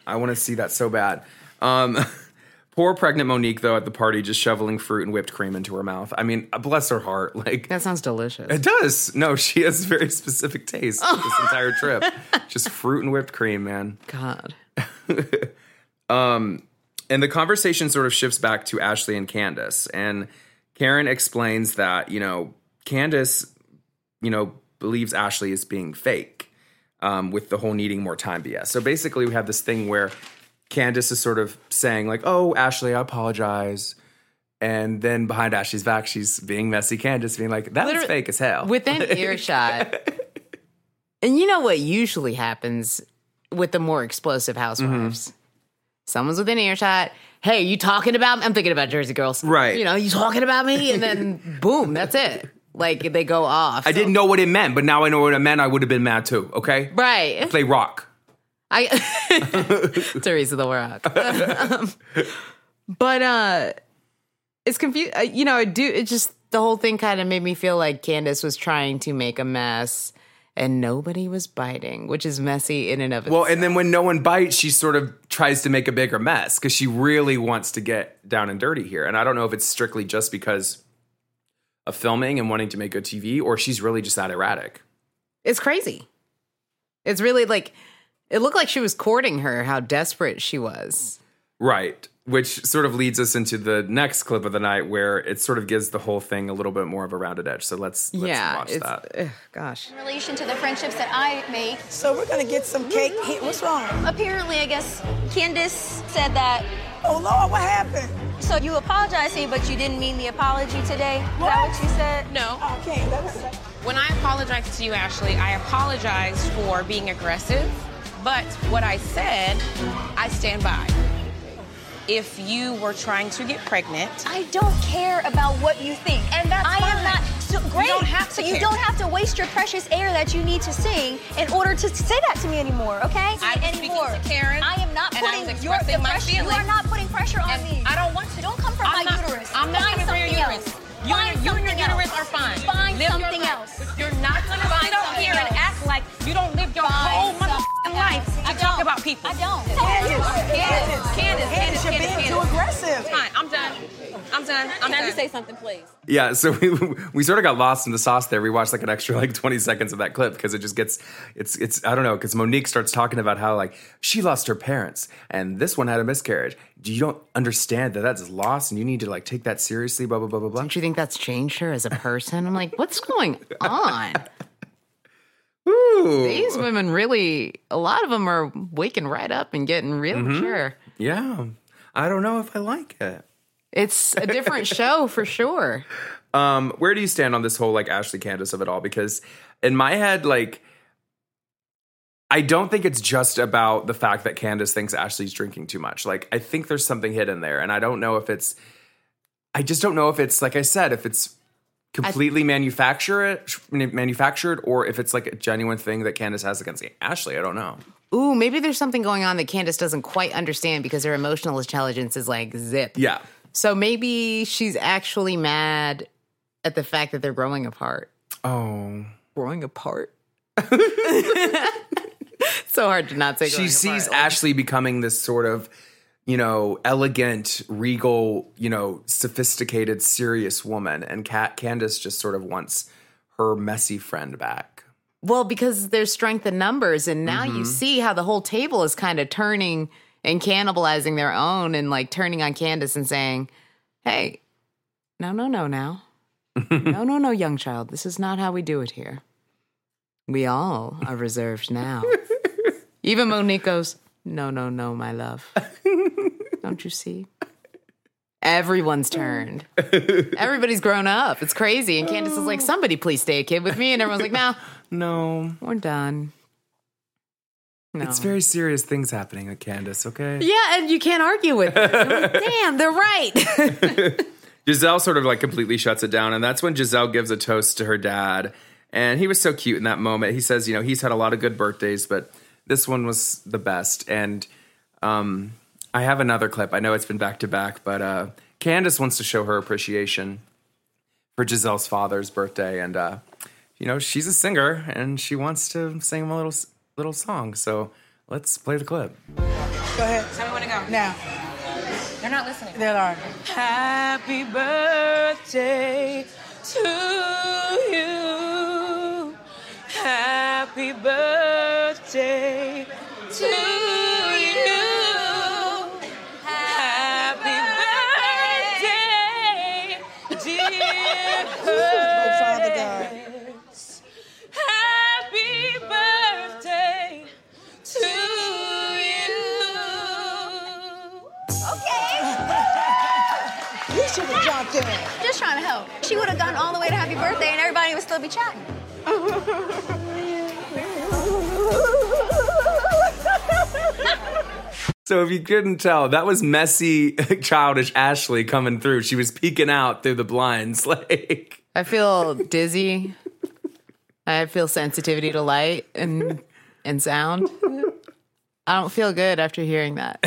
[SPEAKER 1] I want to see that so bad. Um, poor pregnant Monique though at the party, just shoveling fruit and whipped cream into her mouth. I mean, uh, bless her heart. Like
[SPEAKER 2] that sounds delicious.
[SPEAKER 1] It does. No, she has very specific taste this entire trip. Just fruit and whipped cream, man.
[SPEAKER 2] God.
[SPEAKER 1] And the conversation sort of shifts back to Ashley and Candace. And Karen explains that, you know, Candace, you know, believes Ashley is being fake um, with the whole needing more time BS. So basically, we have this thing where Candace is sort of saying, like, oh, Ashley, I apologize. And then behind Ashley's back, she's being messy Candace, being like, that's
[SPEAKER 2] Literally-
[SPEAKER 1] fake as hell.
[SPEAKER 2] within earshot. And you know what usually happens with the more explosive housewives? Someone's within earshot. Hey, you talking about me? I'm thinking about Jersey Girls.
[SPEAKER 1] Right.
[SPEAKER 2] You know, you talking about me? And then boom, that's it. Like they go off.
[SPEAKER 1] I didn't know what it meant, but now I know what it meant. I would have been mad too. Okay,
[SPEAKER 2] Right.
[SPEAKER 1] play rock.
[SPEAKER 2] I Teresa the Rock. but uh it's confused. You know, it do it just the whole thing kind of made me feel like Candace was trying to make a mess and nobody was biting, which is messy in and of itself.
[SPEAKER 1] Well, and then when no one bites, she sort of tries to make a bigger mess because she really wants to get down and dirty here. And I don't know if it's strictly just because of filming and wanting to make good TV, or she's really just that erratic.
[SPEAKER 2] It's crazy. It's really like it looked like she was courting her, how desperate she was.
[SPEAKER 1] Right. Which sort of leads us into the next clip of the night where it sort of gives the whole thing a little bit more of a rounded edge. So let's, let's
[SPEAKER 2] yeah.
[SPEAKER 1] watch
[SPEAKER 2] it's,
[SPEAKER 1] that.
[SPEAKER 2] ugh, gosh.
[SPEAKER 9] In relation to the friendships that I make,
[SPEAKER 3] So we're gonna get some cake. He- What's wrong?
[SPEAKER 9] apparently, I guess Candace said that.
[SPEAKER 3] Oh Lord, what happened?
[SPEAKER 9] So you apologized to me, but you didn't mean the apology today. Is that what you said?
[SPEAKER 10] No.
[SPEAKER 3] Okay, Oh, that was.
[SPEAKER 10] When I apologized to you, Ashley, I apologized for being aggressive. But what I said, I stand by. if you were trying to get pregnant.
[SPEAKER 11] I don't care about what you think, and that's I am not. So great.
[SPEAKER 10] don't have to
[SPEAKER 11] so you
[SPEAKER 10] care.
[SPEAKER 11] don't have to waste your precious air that you need to sing in order to say that to me anymore. Okay?
[SPEAKER 10] I was speaking
[SPEAKER 11] anymore.
[SPEAKER 10] to Karen,
[SPEAKER 11] I am not
[SPEAKER 10] and I was
[SPEAKER 11] putting your
[SPEAKER 10] expressing
[SPEAKER 11] the
[SPEAKER 10] my
[SPEAKER 11] pressure- You are
[SPEAKER 10] feelings.
[SPEAKER 11] not putting pressure on
[SPEAKER 10] And
[SPEAKER 11] me.
[SPEAKER 10] I don't want
[SPEAKER 11] to. Don't come from
[SPEAKER 10] I'm
[SPEAKER 11] my
[SPEAKER 10] not-
[SPEAKER 11] uterus.
[SPEAKER 10] I'm not
[SPEAKER 11] Find
[SPEAKER 10] coming from your
[SPEAKER 11] something
[SPEAKER 10] uterus.
[SPEAKER 11] else.
[SPEAKER 10] You and-
[SPEAKER 11] Find
[SPEAKER 10] you and your
[SPEAKER 11] something
[SPEAKER 10] uterus
[SPEAKER 11] else.
[SPEAKER 10] are fine.
[SPEAKER 11] Find
[SPEAKER 10] Live your
[SPEAKER 11] something
[SPEAKER 10] life.
[SPEAKER 11] else.
[SPEAKER 10] You're not gonna
[SPEAKER 11] Find
[SPEAKER 10] sit up here and
[SPEAKER 11] something
[SPEAKER 10] act like you don't live your
[SPEAKER 11] Find
[SPEAKER 10] whole motherfucking
[SPEAKER 11] something
[SPEAKER 10] life to
[SPEAKER 11] else. I
[SPEAKER 10] talk
[SPEAKER 11] don't.
[SPEAKER 10] about people.
[SPEAKER 11] I don't.
[SPEAKER 10] Candace,
[SPEAKER 11] Candace,
[SPEAKER 10] Candace, Candace,
[SPEAKER 11] Candace,
[SPEAKER 10] Candace,
[SPEAKER 11] you're being
[SPEAKER 10] Candace.
[SPEAKER 11] too aggressive.
[SPEAKER 10] Fine, I'm done. I'm done. I'm
[SPEAKER 12] Can I
[SPEAKER 10] done.
[SPEAKER 12] just say something, please?
[SPEAKER 1] Yeah, so we we sort of got lost in the sauce there. We watched like an extra like twenty seconds of that clip because it just gets it's it's I don't know because Monique starts talking about how like she lost her parents and this one had a miscarriage. Do you don't understand that that's loss and you need to like take that seriously? Blah blah blah blah blah. Don't
[SPEAKER 2] you think that's changed her as a person? I'm like, what's going on?
[SPEAKER 1] Ooh.
[SPEAKER 2] These women really, a lot of them are waking right up and getting real
[SPEAKER 1] Mhm.
[SPEAKER 2] mature.
[SPEAKER 1] Yeah, I don't know if I like it.
[SPEAKER 2] It's a different show for sure.
[SPEAKER 1] Um, where do you stand on this whole like Ashley Candace of it all? Because in my head, like I don't think it's just about the fact that Candace thinks Ashley's drinking too much. Like I think there's something hidden there, and I don't know if it's I just don't know if it's like I said, if it's completely manufactured manufactured or if it's like a genuine thing that Candace has against Ashley. I don't know.
[SPEAKER 2] Ooh, maybe there's something going on that Candace doesn't quite understand because her emotional intelligence is like zip.
[SPEAKER 1] Yeah.
[SPEAKER 2] So maybe she's actually mad at the fact that they're growing apart.
[SPEAKER 1] Oh.
[SPEAKER 2] Growing apart? so hard to not say
[SPEAKER 1] she
[SPEAKER 2] growing
[SPEAKER 1] sees Ashley becoming this sort of, you know, elegant, regal, you know, sophisticated, serious woman, and Cat Candace just sort of wants her messy friend back.
[SPEAKER 2] Well, because there's strength in numbers, and now you
[SPEAKER 1] Mhm.
[SPEAKER 2] see how the whole table is kind of turning and cannibalizing their own and like turning on Candace and saying, Hey, no, no, no, now. no, no, no, young child. This is not how we do it here. We all are reserved now. Even Monique goes, No, no, no, my love. Don't you see? Everyone's turned. Everybody's grown up. It's crazy. And Candace is like, somebody please stay a kid with me. And everyone's like, no,
[SPEAKER 1] No.
[SPEAKER 2] we're done. No.
[SPEAKER 1] It's very serious things happening at Candace, okay?
[SPEAKER 2] Yeah, and you can't argue with it. You're like, Damn, they're right.
[SPEAKER 1] Giselle sort of like completely shuts it down. And that's when Giselle gives a toast to her dad. And he was so cute in that moment. He says, you know, he's had a lot of good birthdays, but this one was the best. And um, I have another clip. I know it's been back to back, but uh, Candace wants to show her appreciation for Giselle's father's birthday. And, uh, you know, she's a singer and she wants to sing him a little, little song. So let's play the clip.
[SPEAKER 6] Go ahead.
[SPEAKER 10] Tell me when to go.
[SPEAKER 6] Now.
[SPEAKER 10] They're not listening.
[SPEAKER 6] They are. Happy birthday to you. Happy birthday to you. Happy birthday, dear Father God. Happy birthday to you.
[SPEAKER 11] Okay. You should have jumped in. Just trying to help. She would have gone all the way to happy birthday and everybody would still be chatting.
[SPEAKER 1] So if you couldn't tell, that was messy, childish Ashley coming through. She was peeking out through the blinds, like
[SPEAKER 2] I feel dizzy. I feel sensitivity to light and and sound. I don't feel good after hearing that.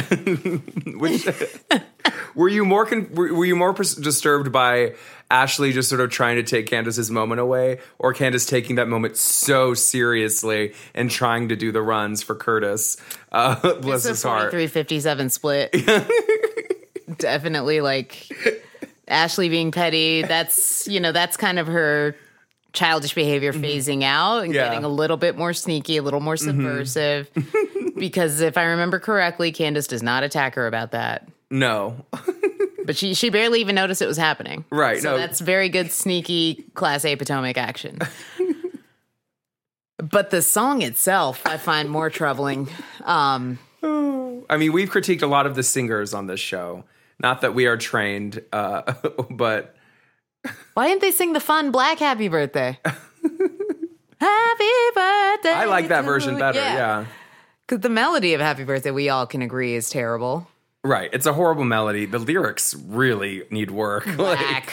[SPEAKER 1] which were you more con- were, were you more pers- disturbed by Ashley just sort of trying to take Candace's moment away, or Candace taking that moment so seriously and trying to do the runs for Curtis? Uh, bless his heart.
[SPEAKER 2] 357 split. Definitely like Ashley being petty. That's, you know, that's kind of her childish behavior phasing out and
[SPEAKER 12] Yeah.
[SPEAKER 2] getting a little bit more sneaky, a little more subversive. because if I remember correctly, Candace does not attack her about that.
[SPEAKER 1] No,
[SPEAKER 2] But she, she barely even noticed it was happening.
[SPEAKER 1] Right,
[SPEAKER 2] So
[SPEAKER 1] no.
[SPEAKER 2] that's very good, sneaky, class A Potomac action. but the song itself, I find more troubling. Um,
[SPEAKER 1] I mean we've critiqued a lot of the singers on this show. Not that we are trained, uh, but
[SPEAKER 2] Why didn't they sing the fun black happy birthday? happy birthday.
[SPEAKER 1] I like that version better. yeah.
[SPEAKER 2] Because the melody of happy birthday, we all can agree, is terrible.
[SPEAKER 1] Right. It's a horrible melody. The lyrics really need work. Like-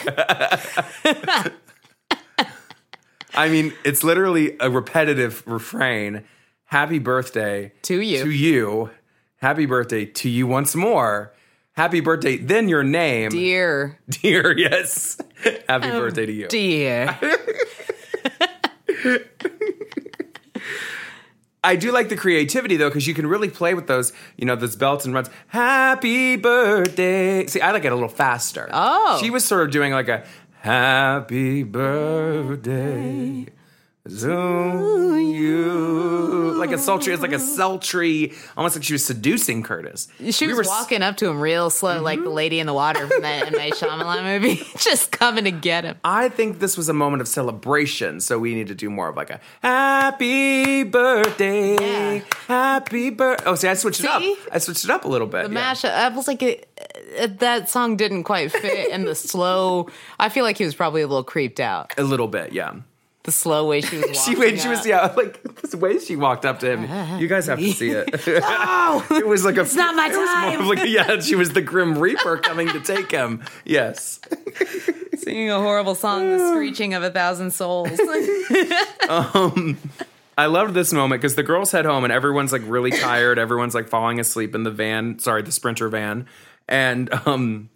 [SPEAKER 1] I mean, it's literally a repetitive refrain. Happy birthday
[SPEAKER 2] to you.
[SPEAKER 1] To you. Happy birthday to you once more. Happy birthday, then your name.
[SPEAKER 2] Dear. Um,
[SPEAKER 1] Dear, yes. Happy birthday to you.
[SPEAKER 2] Dear.
[SPEAKER 1] I do like the creativity though, because you can really play with those, you know, those belts and runs. Happy birthday. See, I like it a little faster.
[SPEAKER 2] Oh.
[SPEAKER 1] She was sort of doing like a happy birthday. to you like a sultry, it's like a sultry, almost like she was seducing Curtis.
[SPEAKER 2] She was walking up to him real slow, like
[SPEAKER 1] Mm-hmm.
[SPEAKER 2] the lady in the water from that M. Night Shyamalan movie, just coming to get him.
[SPEAKER 1] I think this was a moment of celebration, so we need to do more of like a happy birthday, happy birthday. Oh, see, I switched it up. I switched it up a little bit.
[SPEAKER 2] The
[SPEAKER 1] yeah.
[SPEAKER 2] mashup, I was like, it, it- that song didn't quite fit in the slow. I feel like he was probably a little creeped out.
[SPEAKER 1] A little bit, yeah.
[SPEAKER 2] The slow way she was walking.
[SPEAKER 1] she when she
[SPEAKER 2] up.
[SPEAKER 1] was Oh, yeah like this way she walked up to him. You guys have to see it. it was like a. It's
[SPEAKER 2] not my time.
[SPEAKER 1] yeah, she was the Grim Reaper coming to take him. Yes.
[SPEAKER 2] singing a horrible song, the screeching of a thousand souls.
[SPEAKER 1] Um, I loved this moment because the girls head home and everyone's like really tired. Everyone's like falling asleep in the van. Sorry, the Sprinter van, and um,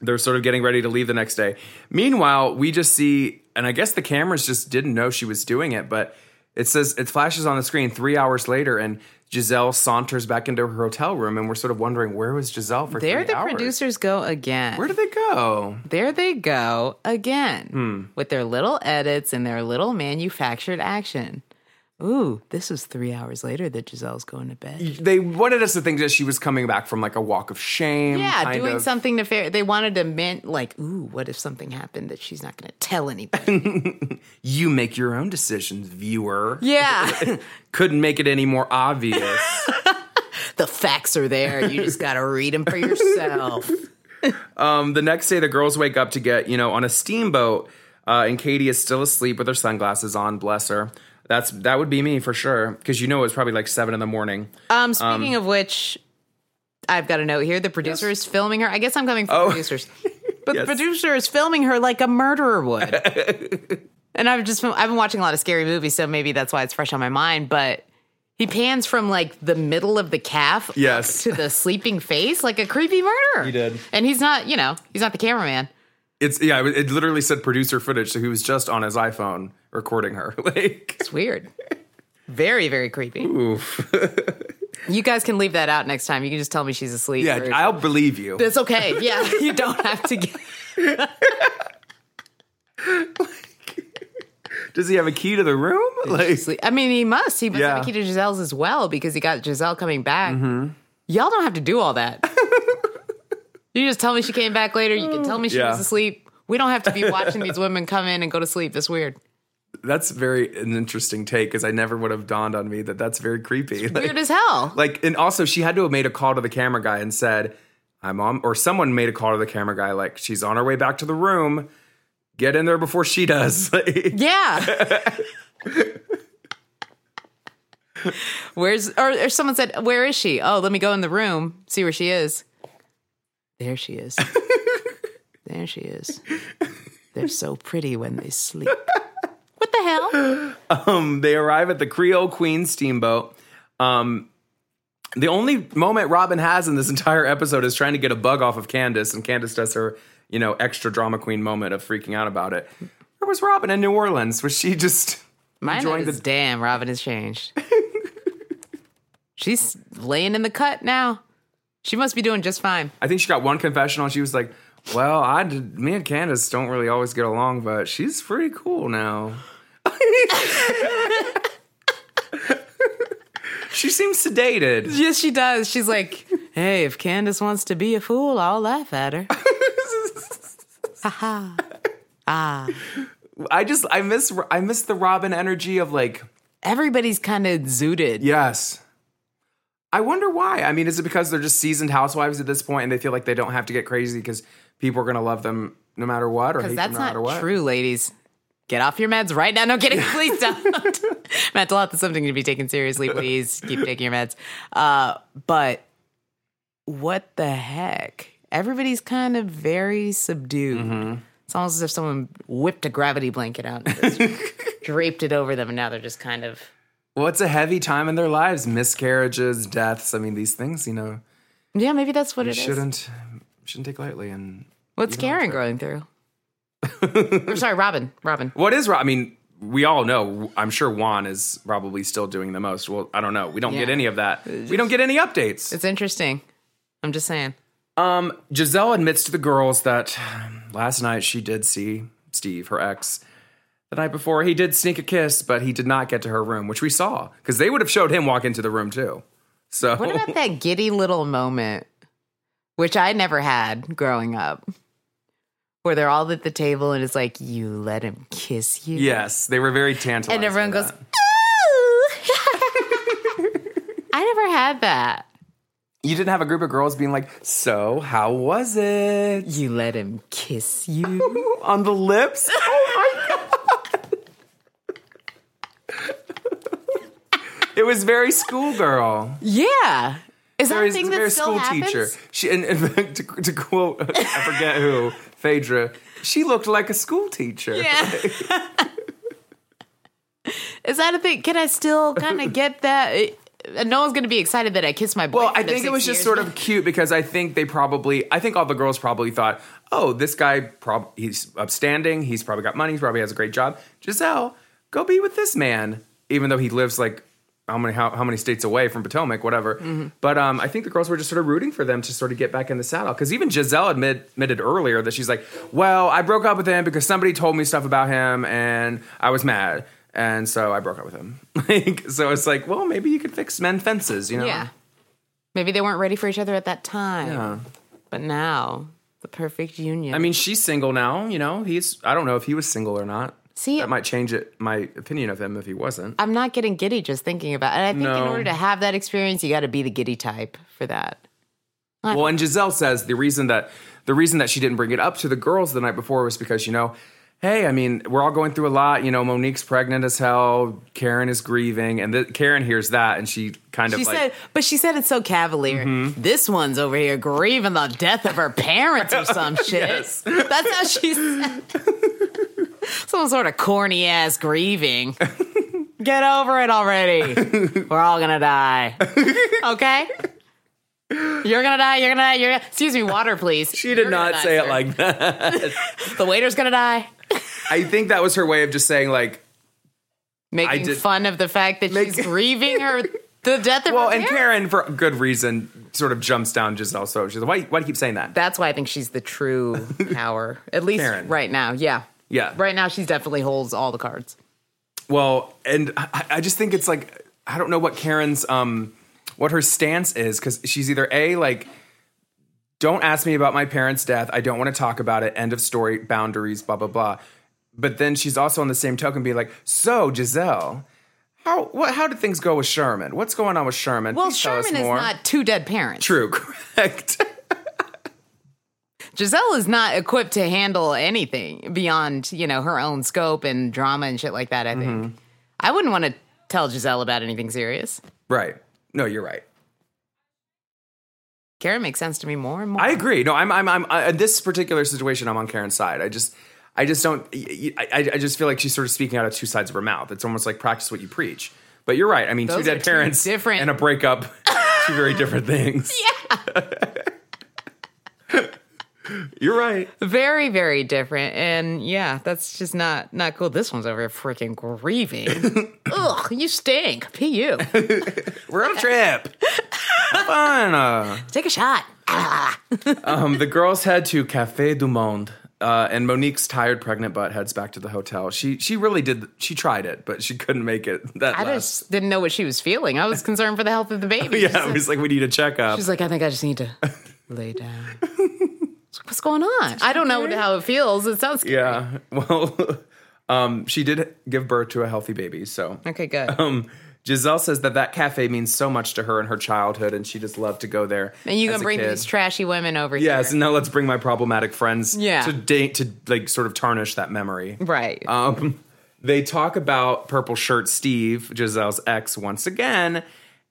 [SPEAKER 1] they're sort of getting ready to leave the next day. Meanwhile, we just see, and I guess the cameras just didn't know she was doing it, but it says it flashes on the screen three hours later, and Giselle saunters back into her hotel room, and we're sort of wondering where was Giselle for
[SPEAKER 2] there
[SPEAKER 1] three
[SPEAKER 2] the
[SPEAKER 1] hours?
[SPEAKER 2] producers go again. Where
[SPEAKER 1] do they go?
[SPEAKER 2] There they go again with their little edits and their little manufactured action. Ooh, this was three hours later that Giselle's going to bed.
[SPEAKER 1] They wanted us to think that she was coming back from like a walk of shame.
[SPEAKER 2] Yeah,
[SPEAKER 1] kind
[SPEAKER 2] doing
[SPEAKER 1] of.
[SPEAKER 2] something to fair. They wanted to mint like, ooh, what if something happened that she's not going to tell anybody?
[SPEAKER 1] You make your own decisions, viewer.
[SPEAKER 2] Yeah.
[SPEAKER 1] Couldn't make it any more obvious.
[SPEAKER 2] the facts are there. You just got to read them for yourself.
[SPEAKER 1] um, the next day, the girls wake up to get, you know, on a steamboat, uh, and Katie is still asleep with her sunglasses on. Bless her. That's that would be me for sure, because you know it was probably like seven in the morning.
[SPEAKER 2] Um, speaking of which, I've got a note here. The producer is filming her. I guess I'm coming from producers, but the producer is filming her like a murderer would. and I've just been, I've been watching a lot of scary movies, so maybe that's why it's fresh on my mind. But he pans from like the middle of the calf,
[SPEAKER 1] Yes.
[SPEAKER 2] to the sleeping face like a creepy murderer. He
[SPEAKER 1] did.
[SPEAKER 2] and he's not. You know, he's not the cameraman.
[SPEAKER 1] It's yeah, it it literally said producer footage, so he was just on his iPhone recording her. like
[SPEAKER 2] it's weird. Very very creepy.
[SPEAKER 1] Oof.
[SPEAKER 2] You guys can leave that out next time. You can just tell me she's asleep.
[SPEAKER 1] Yeah,
[SPEAKER 2] or-
[SPEAKER 1] I'll believe you.
[SPEAKER 2] That's okay. Yeah, you don't have to get.
[SPEAKER 1] Does he have a key to the room? Like,
[SPEAKER 2] I mean, he must. He must have
[SPEAKER 1] Yeah. Mm-hmm.
[SPEAKER 2] a key to Giselle's as well because he got Giselle coming back. Y'all don't have to do all that. you just tell me she came back later. You can tell me she
[SPEAKER 1] Yeah.
[SPEAKER 2] was asleep. We don't have to be watching these women come in and go to sleep. That's weird.
[SPEAKER 1] that's very an interesting take because I never would have dawned on me that that's very creepy. Like-
[SPEAKER 2] Weird as hell.
[SPEAKER 1] Like, and also she had to have made a call to the camera guy and said, "I'm on," or someone made a call to the camera guy, like she's on her way back to the room. Get in there before she does. Like,
[SPEAKER 2] Yeah. Where's or, or someone said, "Where is she?" Oh, let me go in the room, see where she is. There she is. there she is. They're so pretty when they sleep. What the hell?
[SPEAKER 1] um, they arrive at the Creole Queen steamboat. Um, the only moment Robin has in this entire episode is trying to get a bug off of Candace, and Candace does her, you know, extra drama queen moment of freaking out about it. Where was Robin in New Orleans? Was she just
[SPEAKER 2] My
[SPEAKER 1] enjoying
[SPEAKER 2] note is, damn, Robin has changed. She's laying in the cut now. She must be doing just fine.
[SPEAKER 1] I think she got one confessional. And she was like, "Well, I did, me and Candace don't really always get along, but she's pretty cool now. she seems sedated."
[SPEAKER 2] Yes, she does. She's like, hey, if Candace wants to be a fool, I'll laugh at her. Haha. ah.
[SPEAKER 1] I just I miss I miss the Robin energy of like
[SPEAKER 2] everybody's kind of zooted.
[SPEAKER 1] Yes. I wonder why. I mean, is it because they're just seasoned housewives at this point and they feel like they don't have to get crazy because people are going to love them no matter what or hate
[SPEAKER 2] Because that's
[SPEAKER 1] them no
[SPEAKER 2] not
[SPEAKER 1] matter what?
[SPEAKER 2] true, ladies. Get off your meds right now. No kidding. Please don't. Mental health is something to be taken seriously. Please keep taking your meds. Uh, but what the heck? Everybody's kind of very subdued. It's almost as if someone whipped a gravity blanket out and just draped it over them, and now they're just kind of
[SPEAKER 1] Well, it's a heavy time in their lives miscarriages, deaths. I mean, these things, you know,
[SPEAKER 2] yeah. Maybe that's what
[SPEAKER 1] you
[SPEAKER 2] it is.
[SPEAKER 1] shouldn't, shouldn't take lightly. And
[SPEAKER 2] What's Karen growing through? I'm sorry, Robin. Robin.
[SPEAKER 1] what is, Ro- I mean, we all know, I'm sure Juan is probably still doing the most. Well, I don't know. We don't get
[SPEAKER 2] Yeah. Uh,
[SPEAKER 1] any of that. We don't get any updates.
[SPEAKER 2] It's interesting. I'm just saying.
[SPEAKER 1] Um, Giselle admits to the girls that last night she did see Steve, her ex. The night before, he did sneak a kiss, but he did not get to her room, which we saw because they would have showed him walk into the room too. So
[SPEAKER 2] What about that giddy little moment, which I never had growing up, where they're all at the table and it's like, you let him kiss you?
[SPEAKER 1] Yes, they were very tantalized.
[SPEAKER 2] And everyone
[SPEAKER 1] by
[SPEAKER 2] goes, "Oh!"
[SPEAKER 1] that.
[SPEAKER 2] I never had that.
[SPEAKER 1] You didn't have a group of girls being like, "So, how was it?
[SPEAKER 2] You let him kiss you
[SPEAKER 1] on the lips? Oh my god!" it was very schoolgirl.
[SPEAKER 2] Yeah. Is that
[SPEAKER 1] very,
[SPEAKER 2] a thing
[SPEAKER 1] very
[SPEAKER 2] that still
[SPEAKER 1] school
[SPEAKER 2] happens?
[SPEAKER 1] teacher. She and, and to, to quote, I forget who, Phaedra. She looked like a school teacher.
[SPEAKER 2] Yeah. Is that a thing? Can I still kind of get that? It- no one's going to be excited that I kissed my
[SPEAKER 1] Well,
[SPEAKER 2] boyfriend.
[SPEAKER 1] I think it was just sort of cute because I think they probably, I think all the girls probably thought, oh, this guy, prob- he's upstanding. He's probably got money. He probably has a great job. Giselle, go be with this man, even though he lives like how many how, how many states away from Potomac, whatever.
[SPEAKER 2] Mm-hmm.
[SPEAKER 12] Mhm.
[SPEAKER 1] But um, I think the girls were just sort of rooting for them to sort of get back in the saddle because even Giselle admit, admitted earlier that she's like, well, I broke up with him because somebody told me stuff about him and I was mad. And so I broke up with him. Like, so it's like, well, maybe you could fix men fences, you know?
[SPEAKER 2] Yeah. Maybe they weren't ready for each other at that time.
[SPEAKER 1] Yeah.
[SPEAKER 2] But now, the perfect union.
[SPEAKER 1] I mean, she's single now. You know, he's. I don't know if he was single or not.
[SPEAKER 2] See-
[SPEAKER 1] that might change it. My opinion of him if he wasn't.
[SPEAKER 2] I'm not getting giddy just thinking about it. And I think
[SPEAKER 1] No.
[SPEAKER 2] in order to have that experience, you got to be the giddy type for that. I-
[SPEAKER 1] Well, and Giselle says the reason that the reason that she didn't bring it up to the girls the night before was because you know, hey, I mean, we're all going through a lot. You know, Monique's pregnant as hell. Karen is grieving, and th- Karen hears that, and she kind of
[SPEAKER 2] She
[SPEAKER 1] like. Mm-hmm.
[SPEAKER 2] said, but she said it so cavalier. This one's over here grieving the death of her parents or some shit.
[SPEAKER 1] Yes.
[SPEAKER 2] That's how she said. some sort of corny ass grieving. Get over it already. We're all gonna die. Okay. You're gonna die. You're gonna die. You're gonna, excuse me. Water, please.
[SPEAKER 1] she did not say it like that.
[SPEAKER 2] the waiter's gonna die.
[SPEAKER 1] I think that was her way of just saying like,
[SPEAKER 2] Making
[SPEAKER 1] did-
[SPEAKER 2] fun of the fact that she's grieving her the death of
[SPEAKER 1] well,
[SPEAKER 2] her
[SPEAKER 1] and Karen
[SPEAKER 2] parents.
[SPEAKER 1] for good reason sort of jumps down Giselle. So she's like, why, why do you keep saying that?
[SPEAKER 2] That's why I think she's the true power, at least
[SPEAKER 1] Karen.
[SPEAKER 2] right now. Yeah.
[SPEAKER 1] Yeah.
[SPEAKER 2] Right now, she's definitely holds all the cards.
[SPEAKER 1] Well, and I, I just think it's like I don't know what Karen's um what her stance is because she's either a like don't ask me about my parents' death. I don't want to talk about it. End of story. Boundaries. Blah blah blah. But then she's also on the same token being like, so Giselle, how what how did things go with Sherman? What's going on with Sherman?
[SPEAKER 2] Well,
[SPEAKER 1] Please tell us
[SPEAKER 2] Sherman is
[SPEAKER 1] more."
[SPEAKER 2] not two dead parents.
[SPEAKER 1] true. Correct.
[SPEAKER 2] Giselle is not equipped to handle anything beyond, you know, her own scope and drama and shit like that, I think.
[SPEAKER 1] Mm-hmm.
[SPEAKER 2] I wouldn't want to tell Giselle about anything serious.
[SPEAKER 1] Right. No, you're right.
[SPEAKER 2] Karen makes sense to me more and more.
[SPEAKER 1] I agree. No, I'm, I'm, I'm. I, in this particular situation, I'm on Karen's side. I just, I just don't. I, I, I just feel like she's sort of speaking out of two sides of her mouth. It's almost like practice what you preach. But you're right. I mean, two
[SPEAKER 2] Those are
[SPEAKER 1] dead
[SPEAKER 2] two
[SPEAKER 1] parents,
[SPEAKER 2] different-
[SPEAKER 1] and a breakup, two very different things. Yeah. you're right.
[SPEAKER 2] very, very different. And yeah, that's just not not cool. This one's over here freaking grieving. Ugh, you stink. P.U.
[SPEAKER 1] We're on a trip. Have Fun. Uh,
[SPEAKER 2] Take a shot.
[SPEAKER 1] um, the girls head to Cafe du Monde, uh, and Monique's tired, pregnant butt heads back to the hotel. She she really did. She tried it, but she couldn't make it. That
[SPEAKER 2] I
[SPEAKER 1] last.
[SPEAKER 2] just didn't know what she was feeling. I was concerned for the health of the baby.
[SPEAKER 1] yeah, it was like we need a checkup.
[SPEAKER 2] She's like, I think I just need to lay down. What's going on? I don't know how it feels. It sounds
[SPEAKER 1] Yeah. Well, um, she did give birth to a healthy baby. So,
[SPEAKER 2] okay, good.
[SPEAKER 1] um, Giselle says that that cafe means so much to her in her childhood, and she just loved to go there.
[SPEAKER 2] and you
[SPEAKER 1] as a
[SPEAKER 2] gonna bring
[SPEAKER 1] kid.
[SPEAKER 2] these trashy women over
[SPEAKER 1] Yes.
[SPEAKER 2] here?
[SPEAKER 1] Now let's bring my problematic friends.
[SPEAKER 2] Yeah.
[SPEAKER 1] To date to like sort of tarnish that memory.
[SPEAKER 2] Right.
[SPEAKER 1] Um, they talk about purple shirt Steve, Giselle's ex, once again.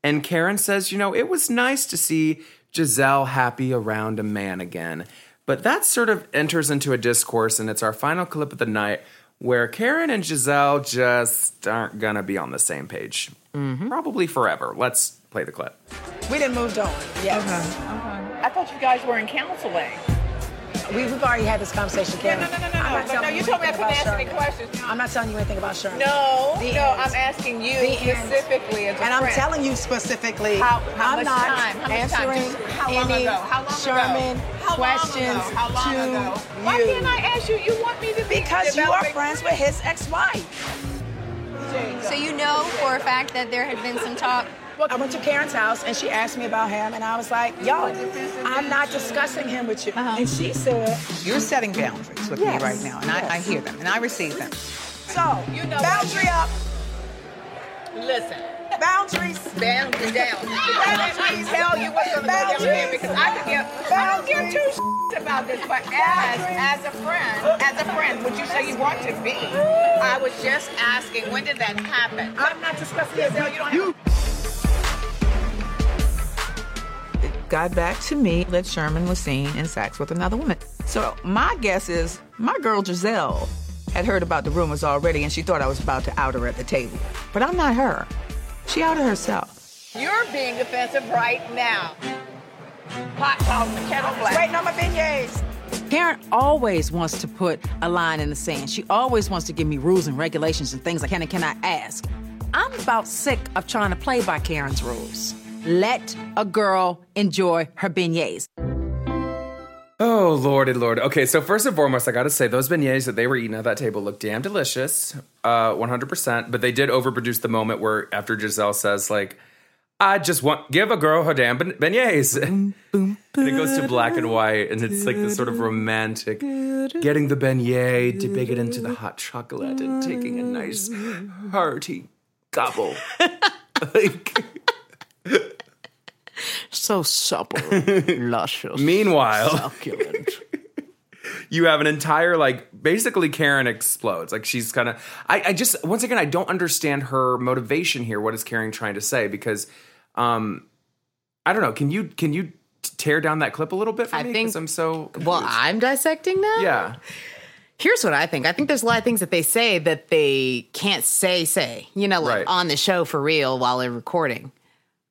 [SPEAKER 1] And Karen says, you know, it was nice to see Giselle happy around a man again. But that sort of enters into a discourse, and it's our final clip of the night where Karen and Giselle just aren't gonna be on the same page. Probably forever. Let's play the clip.
[SPEAKER 6] We didn't moved on. Yes. I thought you guys were in counseling.
[SPEAKER 12] We, we've already had this conversation, Karen.
[SPEAKER 6] No, no, no, no,
[SPEAKER 12] I'm
[SPEAKER 6] no.
[SPEAKER 12] not
[SPEAKER 6] But
[SPEAKER 12] telling
[SPEAKER 6] no,
[SPEAKER 12] anything
[SPEAKER 6] you told me I couldn't
[SPEAKER 12] about
[SPEAKER 6] ask any
[SPEAKER 12] Sherman.
[SPEAKER 6] questions.
[SPEAKER 12] I'm not telling you anything about Sherman.
[SPEAKER 6] No,
[SPEAKER 12] The
[SPEAKER 6] no,
[SPEAKER 12] ends.
[SPEAKER 6] I'm asking you
[SPEAKER 12] The ends.
[SPEAKER 6] specifically as a
[SPEAKER 12] And I'm
[SPEAKER 6] friend.
[SPEAKER 12] telling you specifically.
[SPEAKER 6] How- how
[SPEAKER 12] I'm
[SPEAKER 6] much
[SPEAKER 12] not
[SPEAKER 6] time? How much time?
[SPEAKER 12] answering
[SPEAKER 6] Just how long
[SPEAKER 12] any
[SPEAKER 6] ago? How long ago?
[SPEAKER 12] Sherman
[SPEAKER 6] How long ago?
[SPEAKER 12] questions
[SPEAKER 6] How
[SPEAKER 12] to
[SPEAKER 6] long ago?
[SPEAKER 12] you.
[SPEAKER 6] Why can't I ask you? You want me to be
[SPEAKER 12] Because you are
[SPEAKER 6] developing-
[SPEAKER 12] friends with his ex-wife.
[SPEAKER 11] So you know for a fact that there had been some talk.
[SPEAKER 12] I went to Karen's house and she asked me about him, and I was like, "Yo, I'm not discussing him with you."
[SPEAKER 6] Uh-huh.
[SPEAKER 12] And she said,
[SPEAKER 6] You're setting boundaries with
[SPEAKER 12] Yes.
[SPEAKER 6] me right now, and I, I hear them and I receive them.
[SPEAKER 12] "So, you know boundary up,
[SPEAKER 6] Listen.
[SPEAKER 12] boundaries,
[SPEAKER 6] boundaries down. Let me tell you what's gonna go down here because I could give. I don't give two shits about this, but as as a friend, as a friend, would you say you want to be? I was just asking. When did that happen? I'm not discussing this. You don't. Have got back to me that Sherman was seen in sex with another woman. So my guess is my girl Giselle had heard about the rumors already and she thought I was about to out her at the table. But I'm not her. She outed herself. You're being offensive right now. Pot calls the kettle black.
[SPEAKER 12] waiting on my beignets."
[SPEAKER 9] Karen always wants to put a line in the sand. She always wants to give me rules and regulations and things I can and cannot ask. I'm about sick of trying to play by Karen's rules. Let a girl enjoy her beignets.
[SPEAKER 1] Oh, lordy, lord. Okay, so first and foremost, I gotta say, those beignets that they were eating at that table looked damn delicious, uh, 100%. But they did overproduce the moment where, after Giselle says, like, I just want, give a girl her damn be- beignets. Boom, boom, and it goes to black and white, and it's like this sort of romantic getting the beignet, dipping it into the hot chocolate, and taking a nice, hearty gobble.
[SPEAKER 2] So supple, luscious.
[SPEAKER 1] Meanwhile,
[SPEAKER 2] succulent.
[SPEAKER 1] you have an entire like basically Karen explodes. Like she's kind of I, I just once again I don't understand her motivation here. What is Karen trying to say? Because um I don't know. Can you can you tear down that clip a little bit for
[SPEAKER 2] I
[SPEAKER 1] me?
[SPEAKER 2] think-
[SPEAKER 1] 'Cause I'm so
[SPEAKER 2] Well, I'm dissecting now.
[SPEAKER 1] yeah.
[SPEAKER 2] Here's what I think. I think there's a lot of things that they say that they can't say, say, you know, like
[SPEAKER 1] Right.
[SPEAKER 2] on the show for real while they're recording.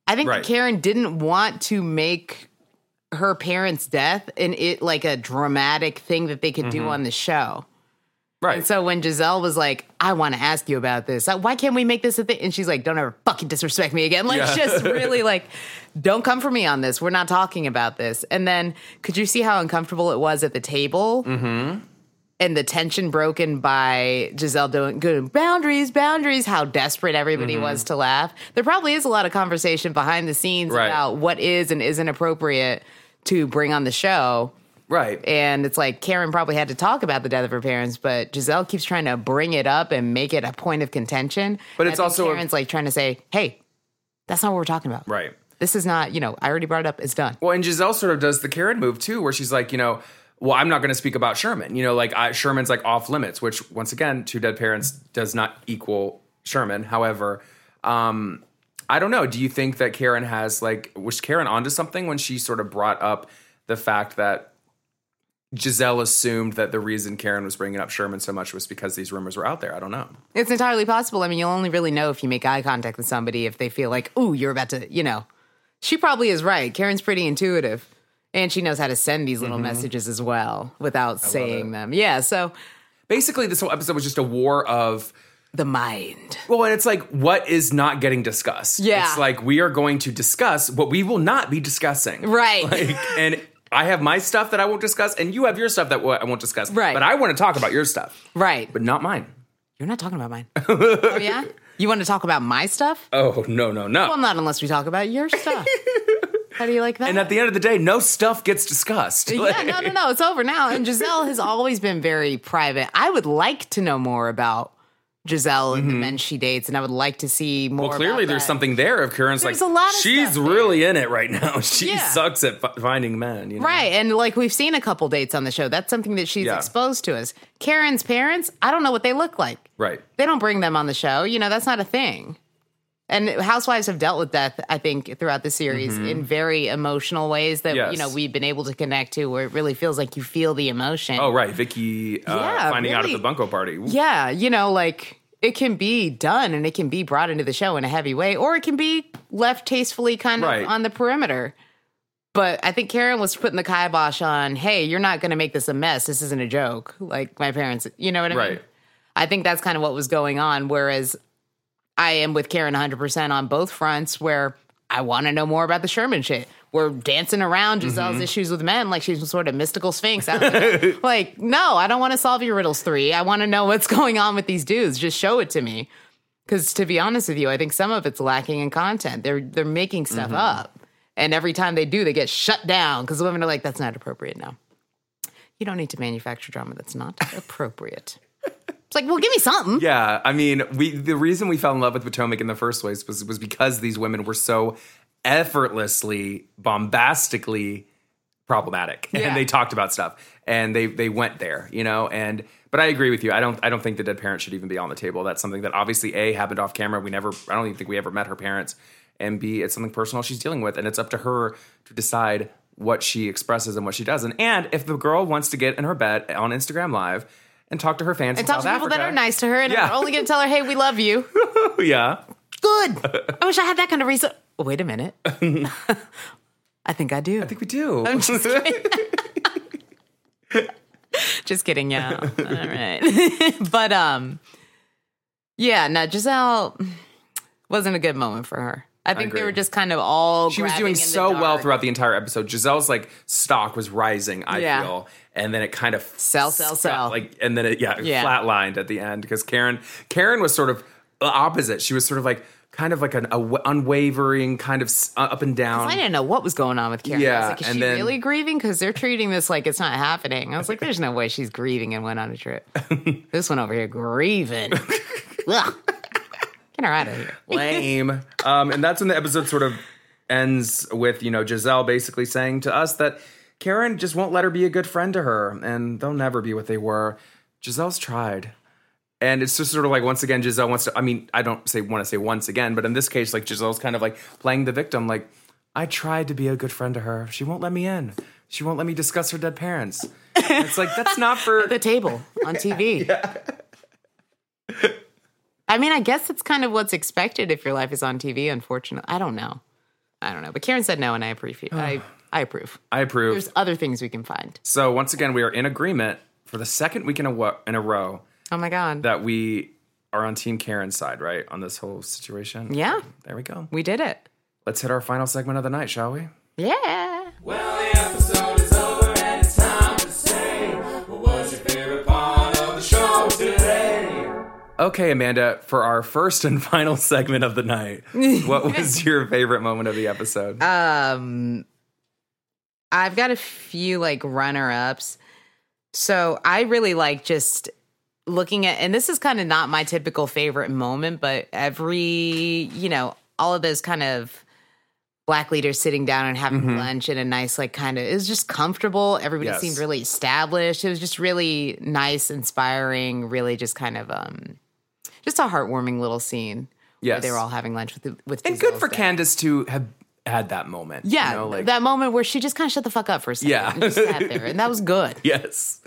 [SPEAKER 2] I think that
[SPEAKER 1] Right.
[SPEAKER 2] Karen didn't want to make her parents' death and it like a dramatic thing that they could do
[SPEAKER 1] Mm-hmm.
[SPEAKER 13] Mhm.
[SPEAKER 2] on the show.
[SPEAKER 1] Right.
[SPEAKER 2] And so when Giselle was like, I want to ask you about this. Uh, Why can't we make this a thing? And she's like, don't ever fucking disrespect me again. Like,
[SPEAKER 13] Yeah.
[SPEAKER 2] just really like, don't come for me on this. We're not talking about this. And then could you see how uncomfortable it was at the table?
[SPEAKER 13] Mm-hmm.
[SPEAKER 2] and the tension broken by Giselle doing good boundaries, boundaries, how desperate everybody
[SPEAKER 13] Mhm.
[SPEAKER 2] was to laugh. There probably is a lot of conversation behind the scenes
[SPEAKER 13] Right.
[SPEAKER 2] about what is and isn't appropriate to bring on the show.
[SPEAKER 1] Right.
[SPEAKER 2] And it's like Karen probably had to talk about the death of her parents, but Giselle keeps trying to bring it up and make it a point of contention.
[SPEAKER 1] But
[SPEAKER 2] And I
[SPEAKER 1] it's
[SPEAKER 2] think
[SPEAKER 1] also a-
[SPEAKER 2] Karen's like trying to say, hey, that's not what we're talking about.
[SPEAKER 1] Right.
[SPEAKER 2] This is not, you know, I already brought it up. It's done.
[SPEAKER 1] Well, and Giselle sort of does the Karen move too, where she's like, you know, well, I'm not going to speak about Sherman. You know, like I, Sherman's like off limits, which once again, two dead parents does not equal Sherman. However, um, I don't know. Do you think that Karen has like was Karen onto something when she sort of brought up the fact that Giselle assumed that the reason Karen was bringing up Sherman so much was because these rumors were out there? I don't know.
[SPEAKER 2] It's entirely possible. I mean, you'll only really know if you make eye contact with somebody if they feel like, "Ooh, you're about to," you know. She probably is right. Karen's pretty intuitive, and she knows how to send these little
[SPEAKER 1] Mhm.
[SPEAKER 2] messages as well without saying them. Yeah. So
[SPEAKER 1] basically, this whole episode was just a war of
[SPEAKER 2] the mind.
[SPEAKER 1] Well, and it's like what is not getting discussed.
[SPEAKER 2] Yeah.
[SPEAKER 1] it's like we are going to discuss what we will not be discussing.
[SPEAKER 2] Right.
[SPEAKER 1] Like, and I have my stuff that I won't discuss, and you have your stuff that I won't discuss.
[SPEAKER 2] Right.
[SPEAKER 1] But I want to talk about your stuff.
[SPEAKER 2] Right.
[SPEAKER 1] But not mine.
[SPEAKER 2] You're not talking about mine. oh yeah. You want to talk about my stuff?
[SPEAKER 1] Oh no no no.
[SPEAKER 2] Well, not unless we talk about your stuff. how do you like that?
[SPEAKER 1] and at the end of the day, no stuff gets discussed.
[SPEAKER 2] yeah,
[SPEAKER 1] Like-
[SPEAKER 2] no, no, no. It's over now. And Giselle has always been very private. I would like to know more about Giselle and the men she dates, and I would like to see more.
[SPEAKER 1] Mm-hmm. Well, clearly
[SPEAKER 2] about
[SPEAKER 1] there's
[SPEAKER 2] that.
[SPEAKER 1] something there of Karen's
[SPEAKER 2] There's
[SPEAKER 1] like
[SPEAKER 2] a lot of
[SPEAKER 1] she's really in it right now. She sucks at f- finding men. You know?
[SPEAKER 2] Right. And like we've seen a couple dates on the show. That's something that she's
[SPEAKER 1] Yeah.
[SPEAKER 2] exposed to us. Karen's parents, I don't know what they look like.
[SPEAKER 1] Right.
[SPEAKER 2] They don't bring them on the show. You know, that's not a thing. And housewives have dealt with death, I think, throughout the series
[SPEAKER 13] Mhm.
[SPEAKER 2] in very emotional ways that
[SPEAKER 1] Mm-hmm. Yes.
[SPEAKER 2] you know we've been able to connect to, where it really feels like you feel the emotion.
[SPEAKER 1] Oh, right. Vicky uh,
[SPEAKER 2] Yeah,
[SPEAKER 1] finding out at
[SPEAKER 2] really.
[SPEAKER 1] the Bunko party.
[SPEAKER 2] Yeah, you know, like it can be done and it can be brought into the show in a heavy way, or it can be left tastefully kind of
[SPEAKER 1] Right.
[SPEAKER 2] on the perimeter. But I think Karen was putting the kibosh on, hey, you're not going to make this a mess. This isn't a joke. Like my parents, you know what I mean?
[SPEAKER 1] Right.
[SPEAKER 2] I think that's kind of what was going on. Whereas I am with Karen 100% on both fronts where I want to know more about the Sherman shit. We're dancing around Giselle's
[SPEAKER 13] Mhm.
[SPEAKER 2] issues with men like she's some sort of mystical sphinx. I don't know. like, no, I don't want to solve your riddles three. I want to know what's going on with these dudes. Just show it to me. Because to be honest with you, I think some of it's lacking in content. They're they're making stuff
[SPEAKER 13] Mhm.
[SPEAKER 2] up, and every time they do, they get shut down because women are like, "That's not appropriate." No, you don't need to manufacture drama that's not appropriate. it's like, well, give me something.
[SPEAKER 1] Yeah, I mean, we the reason we fell in love with Potomac in the first place was was because these women were so effortlessly, bombastically problematic,
[SPEAKER 14] Yeah.
[SPEAKER 1] and they talked about stuff, and they they went there, you know. And but I agree with you. I don't I don't think the dead parents should even be on the table. That's something that obviously a happened off camera. We never I don't even think we ever met her parents, and b it's something personal she's dealing with, and it's up to her to decide what she expresses and what she doesn't. And if the girl wants to get in her bed on Instagram Live. And talk to her fans.
[SPEAKER 2] And
[SPEAKER 1] from
[SPEAKER 2] talk to
[SPEAKER 1] South
[SPEAKER 2] people that
[SPEAKER 1] Africa.
[SPEAKER 2] are nice to her, and
[SPEAKER 1] Yeah.
[SPEAKER 2] are only going to tell her, "Hey, we love you."
[SPEAKER 1] yeah.
[SPEAKER 2] Good. I wish I had that kind of reason. Wait a minute. I think I do. I think
[SPEAKER 1] we do.
[SPEAKER 2] I'm just kidding. just kidding, yeah. All right. but um yeah, no, Giselle wasn't a good moment for her. I
[SPEAKER 1] I
[SPEAKER 2] think they
[SPEAKER 1] agree.
[SPEAKER 2] were just kind of all
[SPEAKER 1] She was
[SPEAKER 2] grabbing
[SPEAKER 1] doing
[SPEAKER 2] in the
[SPEAKER 1] so well
[SPEAKER 2] dark.
[SPEAKER 1] throughout the entire episode. Giselle's like stock was rising, I
[SPEAKER 2] Yeah.
[SPEAKER 1] feel. And then it kind of
[SPEAKER 2] Sell, sell,
[SPEAKER 1] stopped,
[SPEAKER 2] sell.
[SPEAKER 1] Like and then it yeah, it
[SPEAKER 2] Yeah.
[SPEAKER 1] flatlined at the end because Karen Karen was sort of the opposite. She was sort of like kind of like an a, unwavering kind of s- up and down.
[SPEAKER 2] I didn't know what was going on with Karen.
[SPEAKER 1] Um,
[SPEAKER 2] I
[SPEAKER 1] Yeah,
[SPEAKER 2] was like, is
[SPEAKER 1] and
[SPEAKER 2] she
[SPEAKER 1] then-
[SPEAKER 2] really grieving? Because they're treating this like it's not happening. I was like, there's no way she's grieving and went on a trip. this one over here grieving. Ugh. Get her out of here.
[SPEAKER 1] lame. um, and that's when the episode sort of ends with you know Giselle basically saying to us that Karen just won't let her be a good friend to her, and they'll never be what they were. Giselle's tried, and it's just sort of like once again Giselle wants to. I mean, I don't say want to say once again, but in this case, like Giselle's kind of like playing the victim. Like I tried to be a good friend to her, she won't let me in. She won't let me discuss her dead parents. And it's like that's not for
[SPEAKER 2] the table on TV. I mean, I guess it's kind of what's expected if your life is on TV. Unfortunately, I don't know. I don't know. But Karen said no, and I approve. I, I approve.
[SPEAKER 1] I approve.
[SPEAKER 2] There's other things we can find.
[SPEAKER 1] So once again, we are in agreement for the second week in a, wo- in a row.
[SPEAKER 2] Oh my god,
[SPEAKER 1] that we are on Team Karen's side, right, on this whole situation.
[SPEAKER 2] Yeah.
[SPEAKER 1] there we go.
[SPEAKER 2] We did it.
[SPEAKER 1] Let's hit our final segment of the night, shall we?
[SPEAKER 2] Yeah.
[SPEAKER 1] Okay, Amanda, for our first and final segment of the night, what was your favorite moment of the episode?
[SPEAKER 2] Um, I've got a few like runner ups. So I really like just looking at, and this is kind of not my typical favorite moment, but every, you know, all of those kind of black leaders sitting down and having
[SPEAKER 1] Mm-hmm.
[SPEAKER 13] Mhm.
[SPEAKER 2] lunch in a nice, like, kind of, it was just comfortable. Everybody
[SPEAKER 13] Yes.
[SPEAKER 2] seemed really established. It was just really nice, inspiring, really just kind of, um, just a heartwarming little scene. Where
[SPEAKER 1] Yes.
[SPEAKER 2] they were all having lunch with with
[SPEAKER 1] and good for Candace to have had that moment. you
[SPEAKER 2] yeah,
[SPEAKER 1] know, like-
[SPEAKER 2] that moment where she just kind of shut the fuck up for a second.
[SPEAKER 1] Yeah.
[SPEAKER 2] and just sat there, and that was good.
[SPEAKER 1] yes,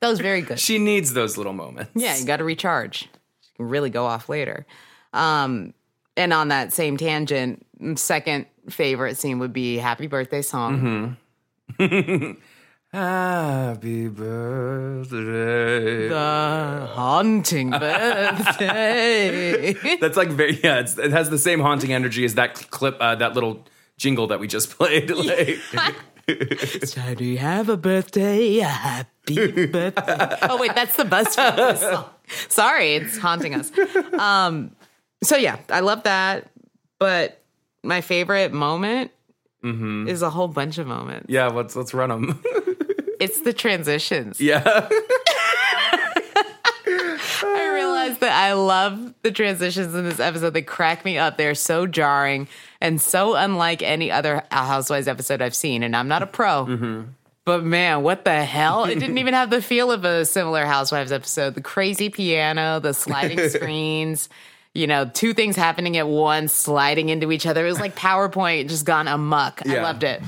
[SPEAKER 2] That was very good.
[SPEAKER 1] she needs those little moments.
[SPEAKER 2] Yeah, you got to recharge. She can really go off later. Um, and on that same tangent, second favorite scene would be "Happy Birthday" song.
[SPEAKER 1] Mm-hmm. Happy birthday.
[SPEAKER 2] The haunting birthday.
[SPEAKER 1] That's like very yeah. It's, it has the same haunting energy as that clip, uh, that little jingle that we just played. Like,
[SPEAKER 2] it's time to have a birthday. A happy birthday. oh wait, that's the Buzzfeed song. Sorry, it's haunting us. Um, so yeah, I love that. But my favorite moment
[SPEAKER 1] Mhm.
[SPEAKER 2] is a whole bunch of moments.
[SPEAKER 1] yeah, let's let's run them.
[SPEAKER 2] It's the transitions.
[SPEAKER 1] yeah,
[SPEAKER 2] I realized that I love the transitions in this episode. They crack me up. They're so jarring and so unlike any other Housewives episode I've seen. And I'm not a pro.
[SPEAKER 1] Mm-hmm.
[SPEAKER 2] But man, what the hell? It didn't even have the feel of a similar Housewives episode. The crazy piano, the sliding screens, you know, two things happening at once, sliding into each other. It was like PowerPoint just gone amok. I
[SPEAKER 1] Yeah.
[SPEAKER 2] loved it.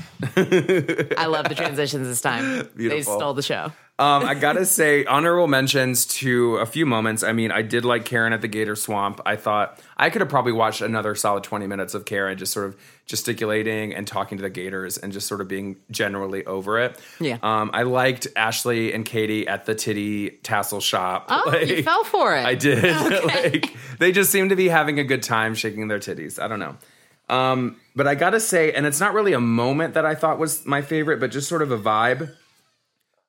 [SPEAKER 2] I love the transitions this time. They
[SPEAKER 1] Beautiful.
[SPEAKER 2] stole the show.
[SPEAKER 1] Um, I gotta say, honorable mentions to a few moments. I mean, I did like Karen at the Gator Swamp. I thought I could have probably watched another solid twenty minutes of Karen just sort of gesticulating and talking to the Gators and just sort of being generally over it.
[SPEAKER 2] Yeah.
[SPEAKER 1] Um, I liked Ashley and Katie at the titty tassel shop.
[SPEAKER 2] Oh, you
[SPEAKER 1] Like,
[SPEAKER 2] fell for it.
[SPEAKER 1] I did. like they just seem to be having a good time shaking their titties. I don't know. Um, but I gotta say, and it's not really a moment that I thought was my favorite, but just sort of a vibe.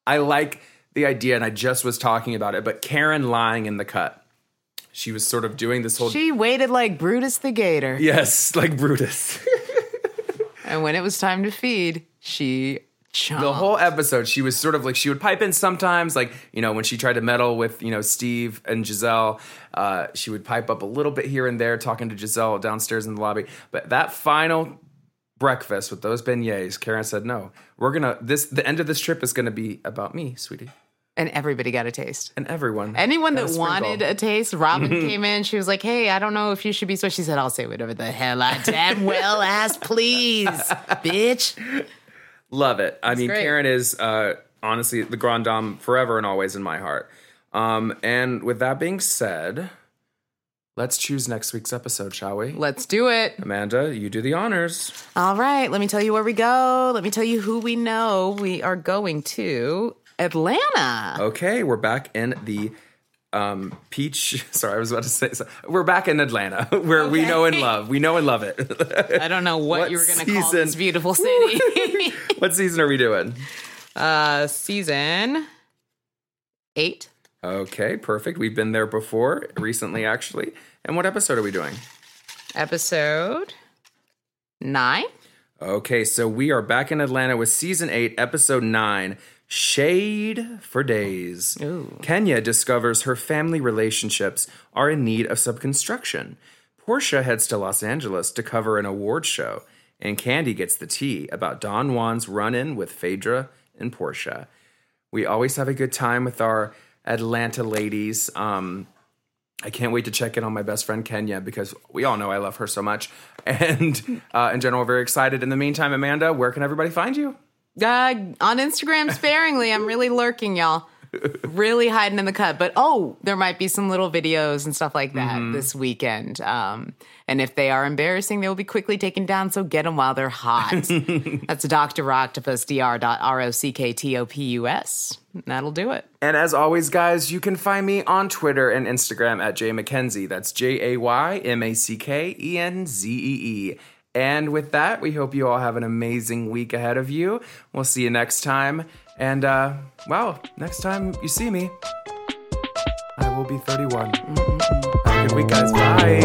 [SPEAKER 1] I like the idea, and I just was talking about it, but Karen lying in the cut. She was sort of doing this whole
[SPEAKER 2] She waited like Brutus the Gator.
[SPEAKER 1] Yes, like Brutus.
[SPEAKER 2] And when it was time to feed, she Uh-huh.
[SPEAKER 1] The whole episode, she was sort of like she would pipe in sometimes, like you know when she tried to meddle with you know Steve and Giselle, uh, she would pipe up a little bit here and there, talking to Giselle downstairs in the lobby. But that final breakfast with those beignets, Karen said, "No, we're gonna this the end of this trip is gonna be about me, sweetie."
[SPEAKER 2] And everybody got a taste,
[SPEAKER 1] and everyone,
[SPEAKER 2] Anyone
[SPEAKER 1] got
[SPEAKER 2] that
[SPEAKER 1] a
[SPEAKER 2] wanted
[SPEAKER 1] sprinkle.
[SPEAKER 2] a taste, Robin came in. She was like, "Hey, I don't know if you should be so." She said, "I'll say whatever the hell I damn well ask, please, bitch."
[SPEAKER 1] Love it. I mean,
[SPEAKER 2] great.
[SPEAKER 1] Karen is uh, honestly the grand dame forever and always in my heart. Um, and with that being said, let's choose next week's episode, shall we?
[SPEAKER 2] Let's do it.
[SPEAKER 1] Amanda, you do the honors.
[SPEAKER 2] All right, let me tell you where we go. Let me tell you who we know. We are going to Atlanta.
[SPEAKER 1] Okay, we're back in the um, peach. Sorry, I was about to say. so- We're back in Atlanta, where we know and love. We know and love it.
[SPEAKER 2] I don't know what, you were going to call
[SPEAKER 1] season?
[SPEAKER 2] this beautiful city.
[SPEAKER 1] what season are we doing?
[SPEAKER 2] uh, season eight.
[SPEAKER 1] Okay, perfect. We've been there before, recently actually. And what episode are we doing?
[SPEAKER 2] episode nine.
[SPEAKER 1] Okay, so we are back in Atlanta with season eight, episode nine Shade for Days. Kenya discovers her family relationships are in need of some construction. Portia heads to Los Angeles to cover an award show, and Candy gets the tea about Don Juan's run in with Phaedra and Portia. We always have a good time with our Atlanta ladies. Um, I can't wait to check in on my best friend Kenya because we all know I love her so much. And uh, in general, very excited. In the meantime, Amanda, where can everybody find you?
[SPEAKER 2] Uh, on Instagram sparingly. I'm really lurking, y'all. Really hiding in the cut. But oh, there might be some little videos and stuff like that
[SPEAKER 13] Mhm.
[SPEAKER 2] this weekend. Um, and if they are embarrassing, they will be quickly taken down. So get them while they're hot. That's Dr. Octopus, dr. dot R O C K T O P U S. That'll do it.
[SPEAKER 1] And as always, guys, you can find me on Twitter and Instagram at Jay McKenzie. That's J A Y M A C K E N Z E E. And with that, we hope you all have an amazing week ahead of you. We'll see you next time. And uh, wow, next time you see me, I will be 31. Have a good week, guys. Bye.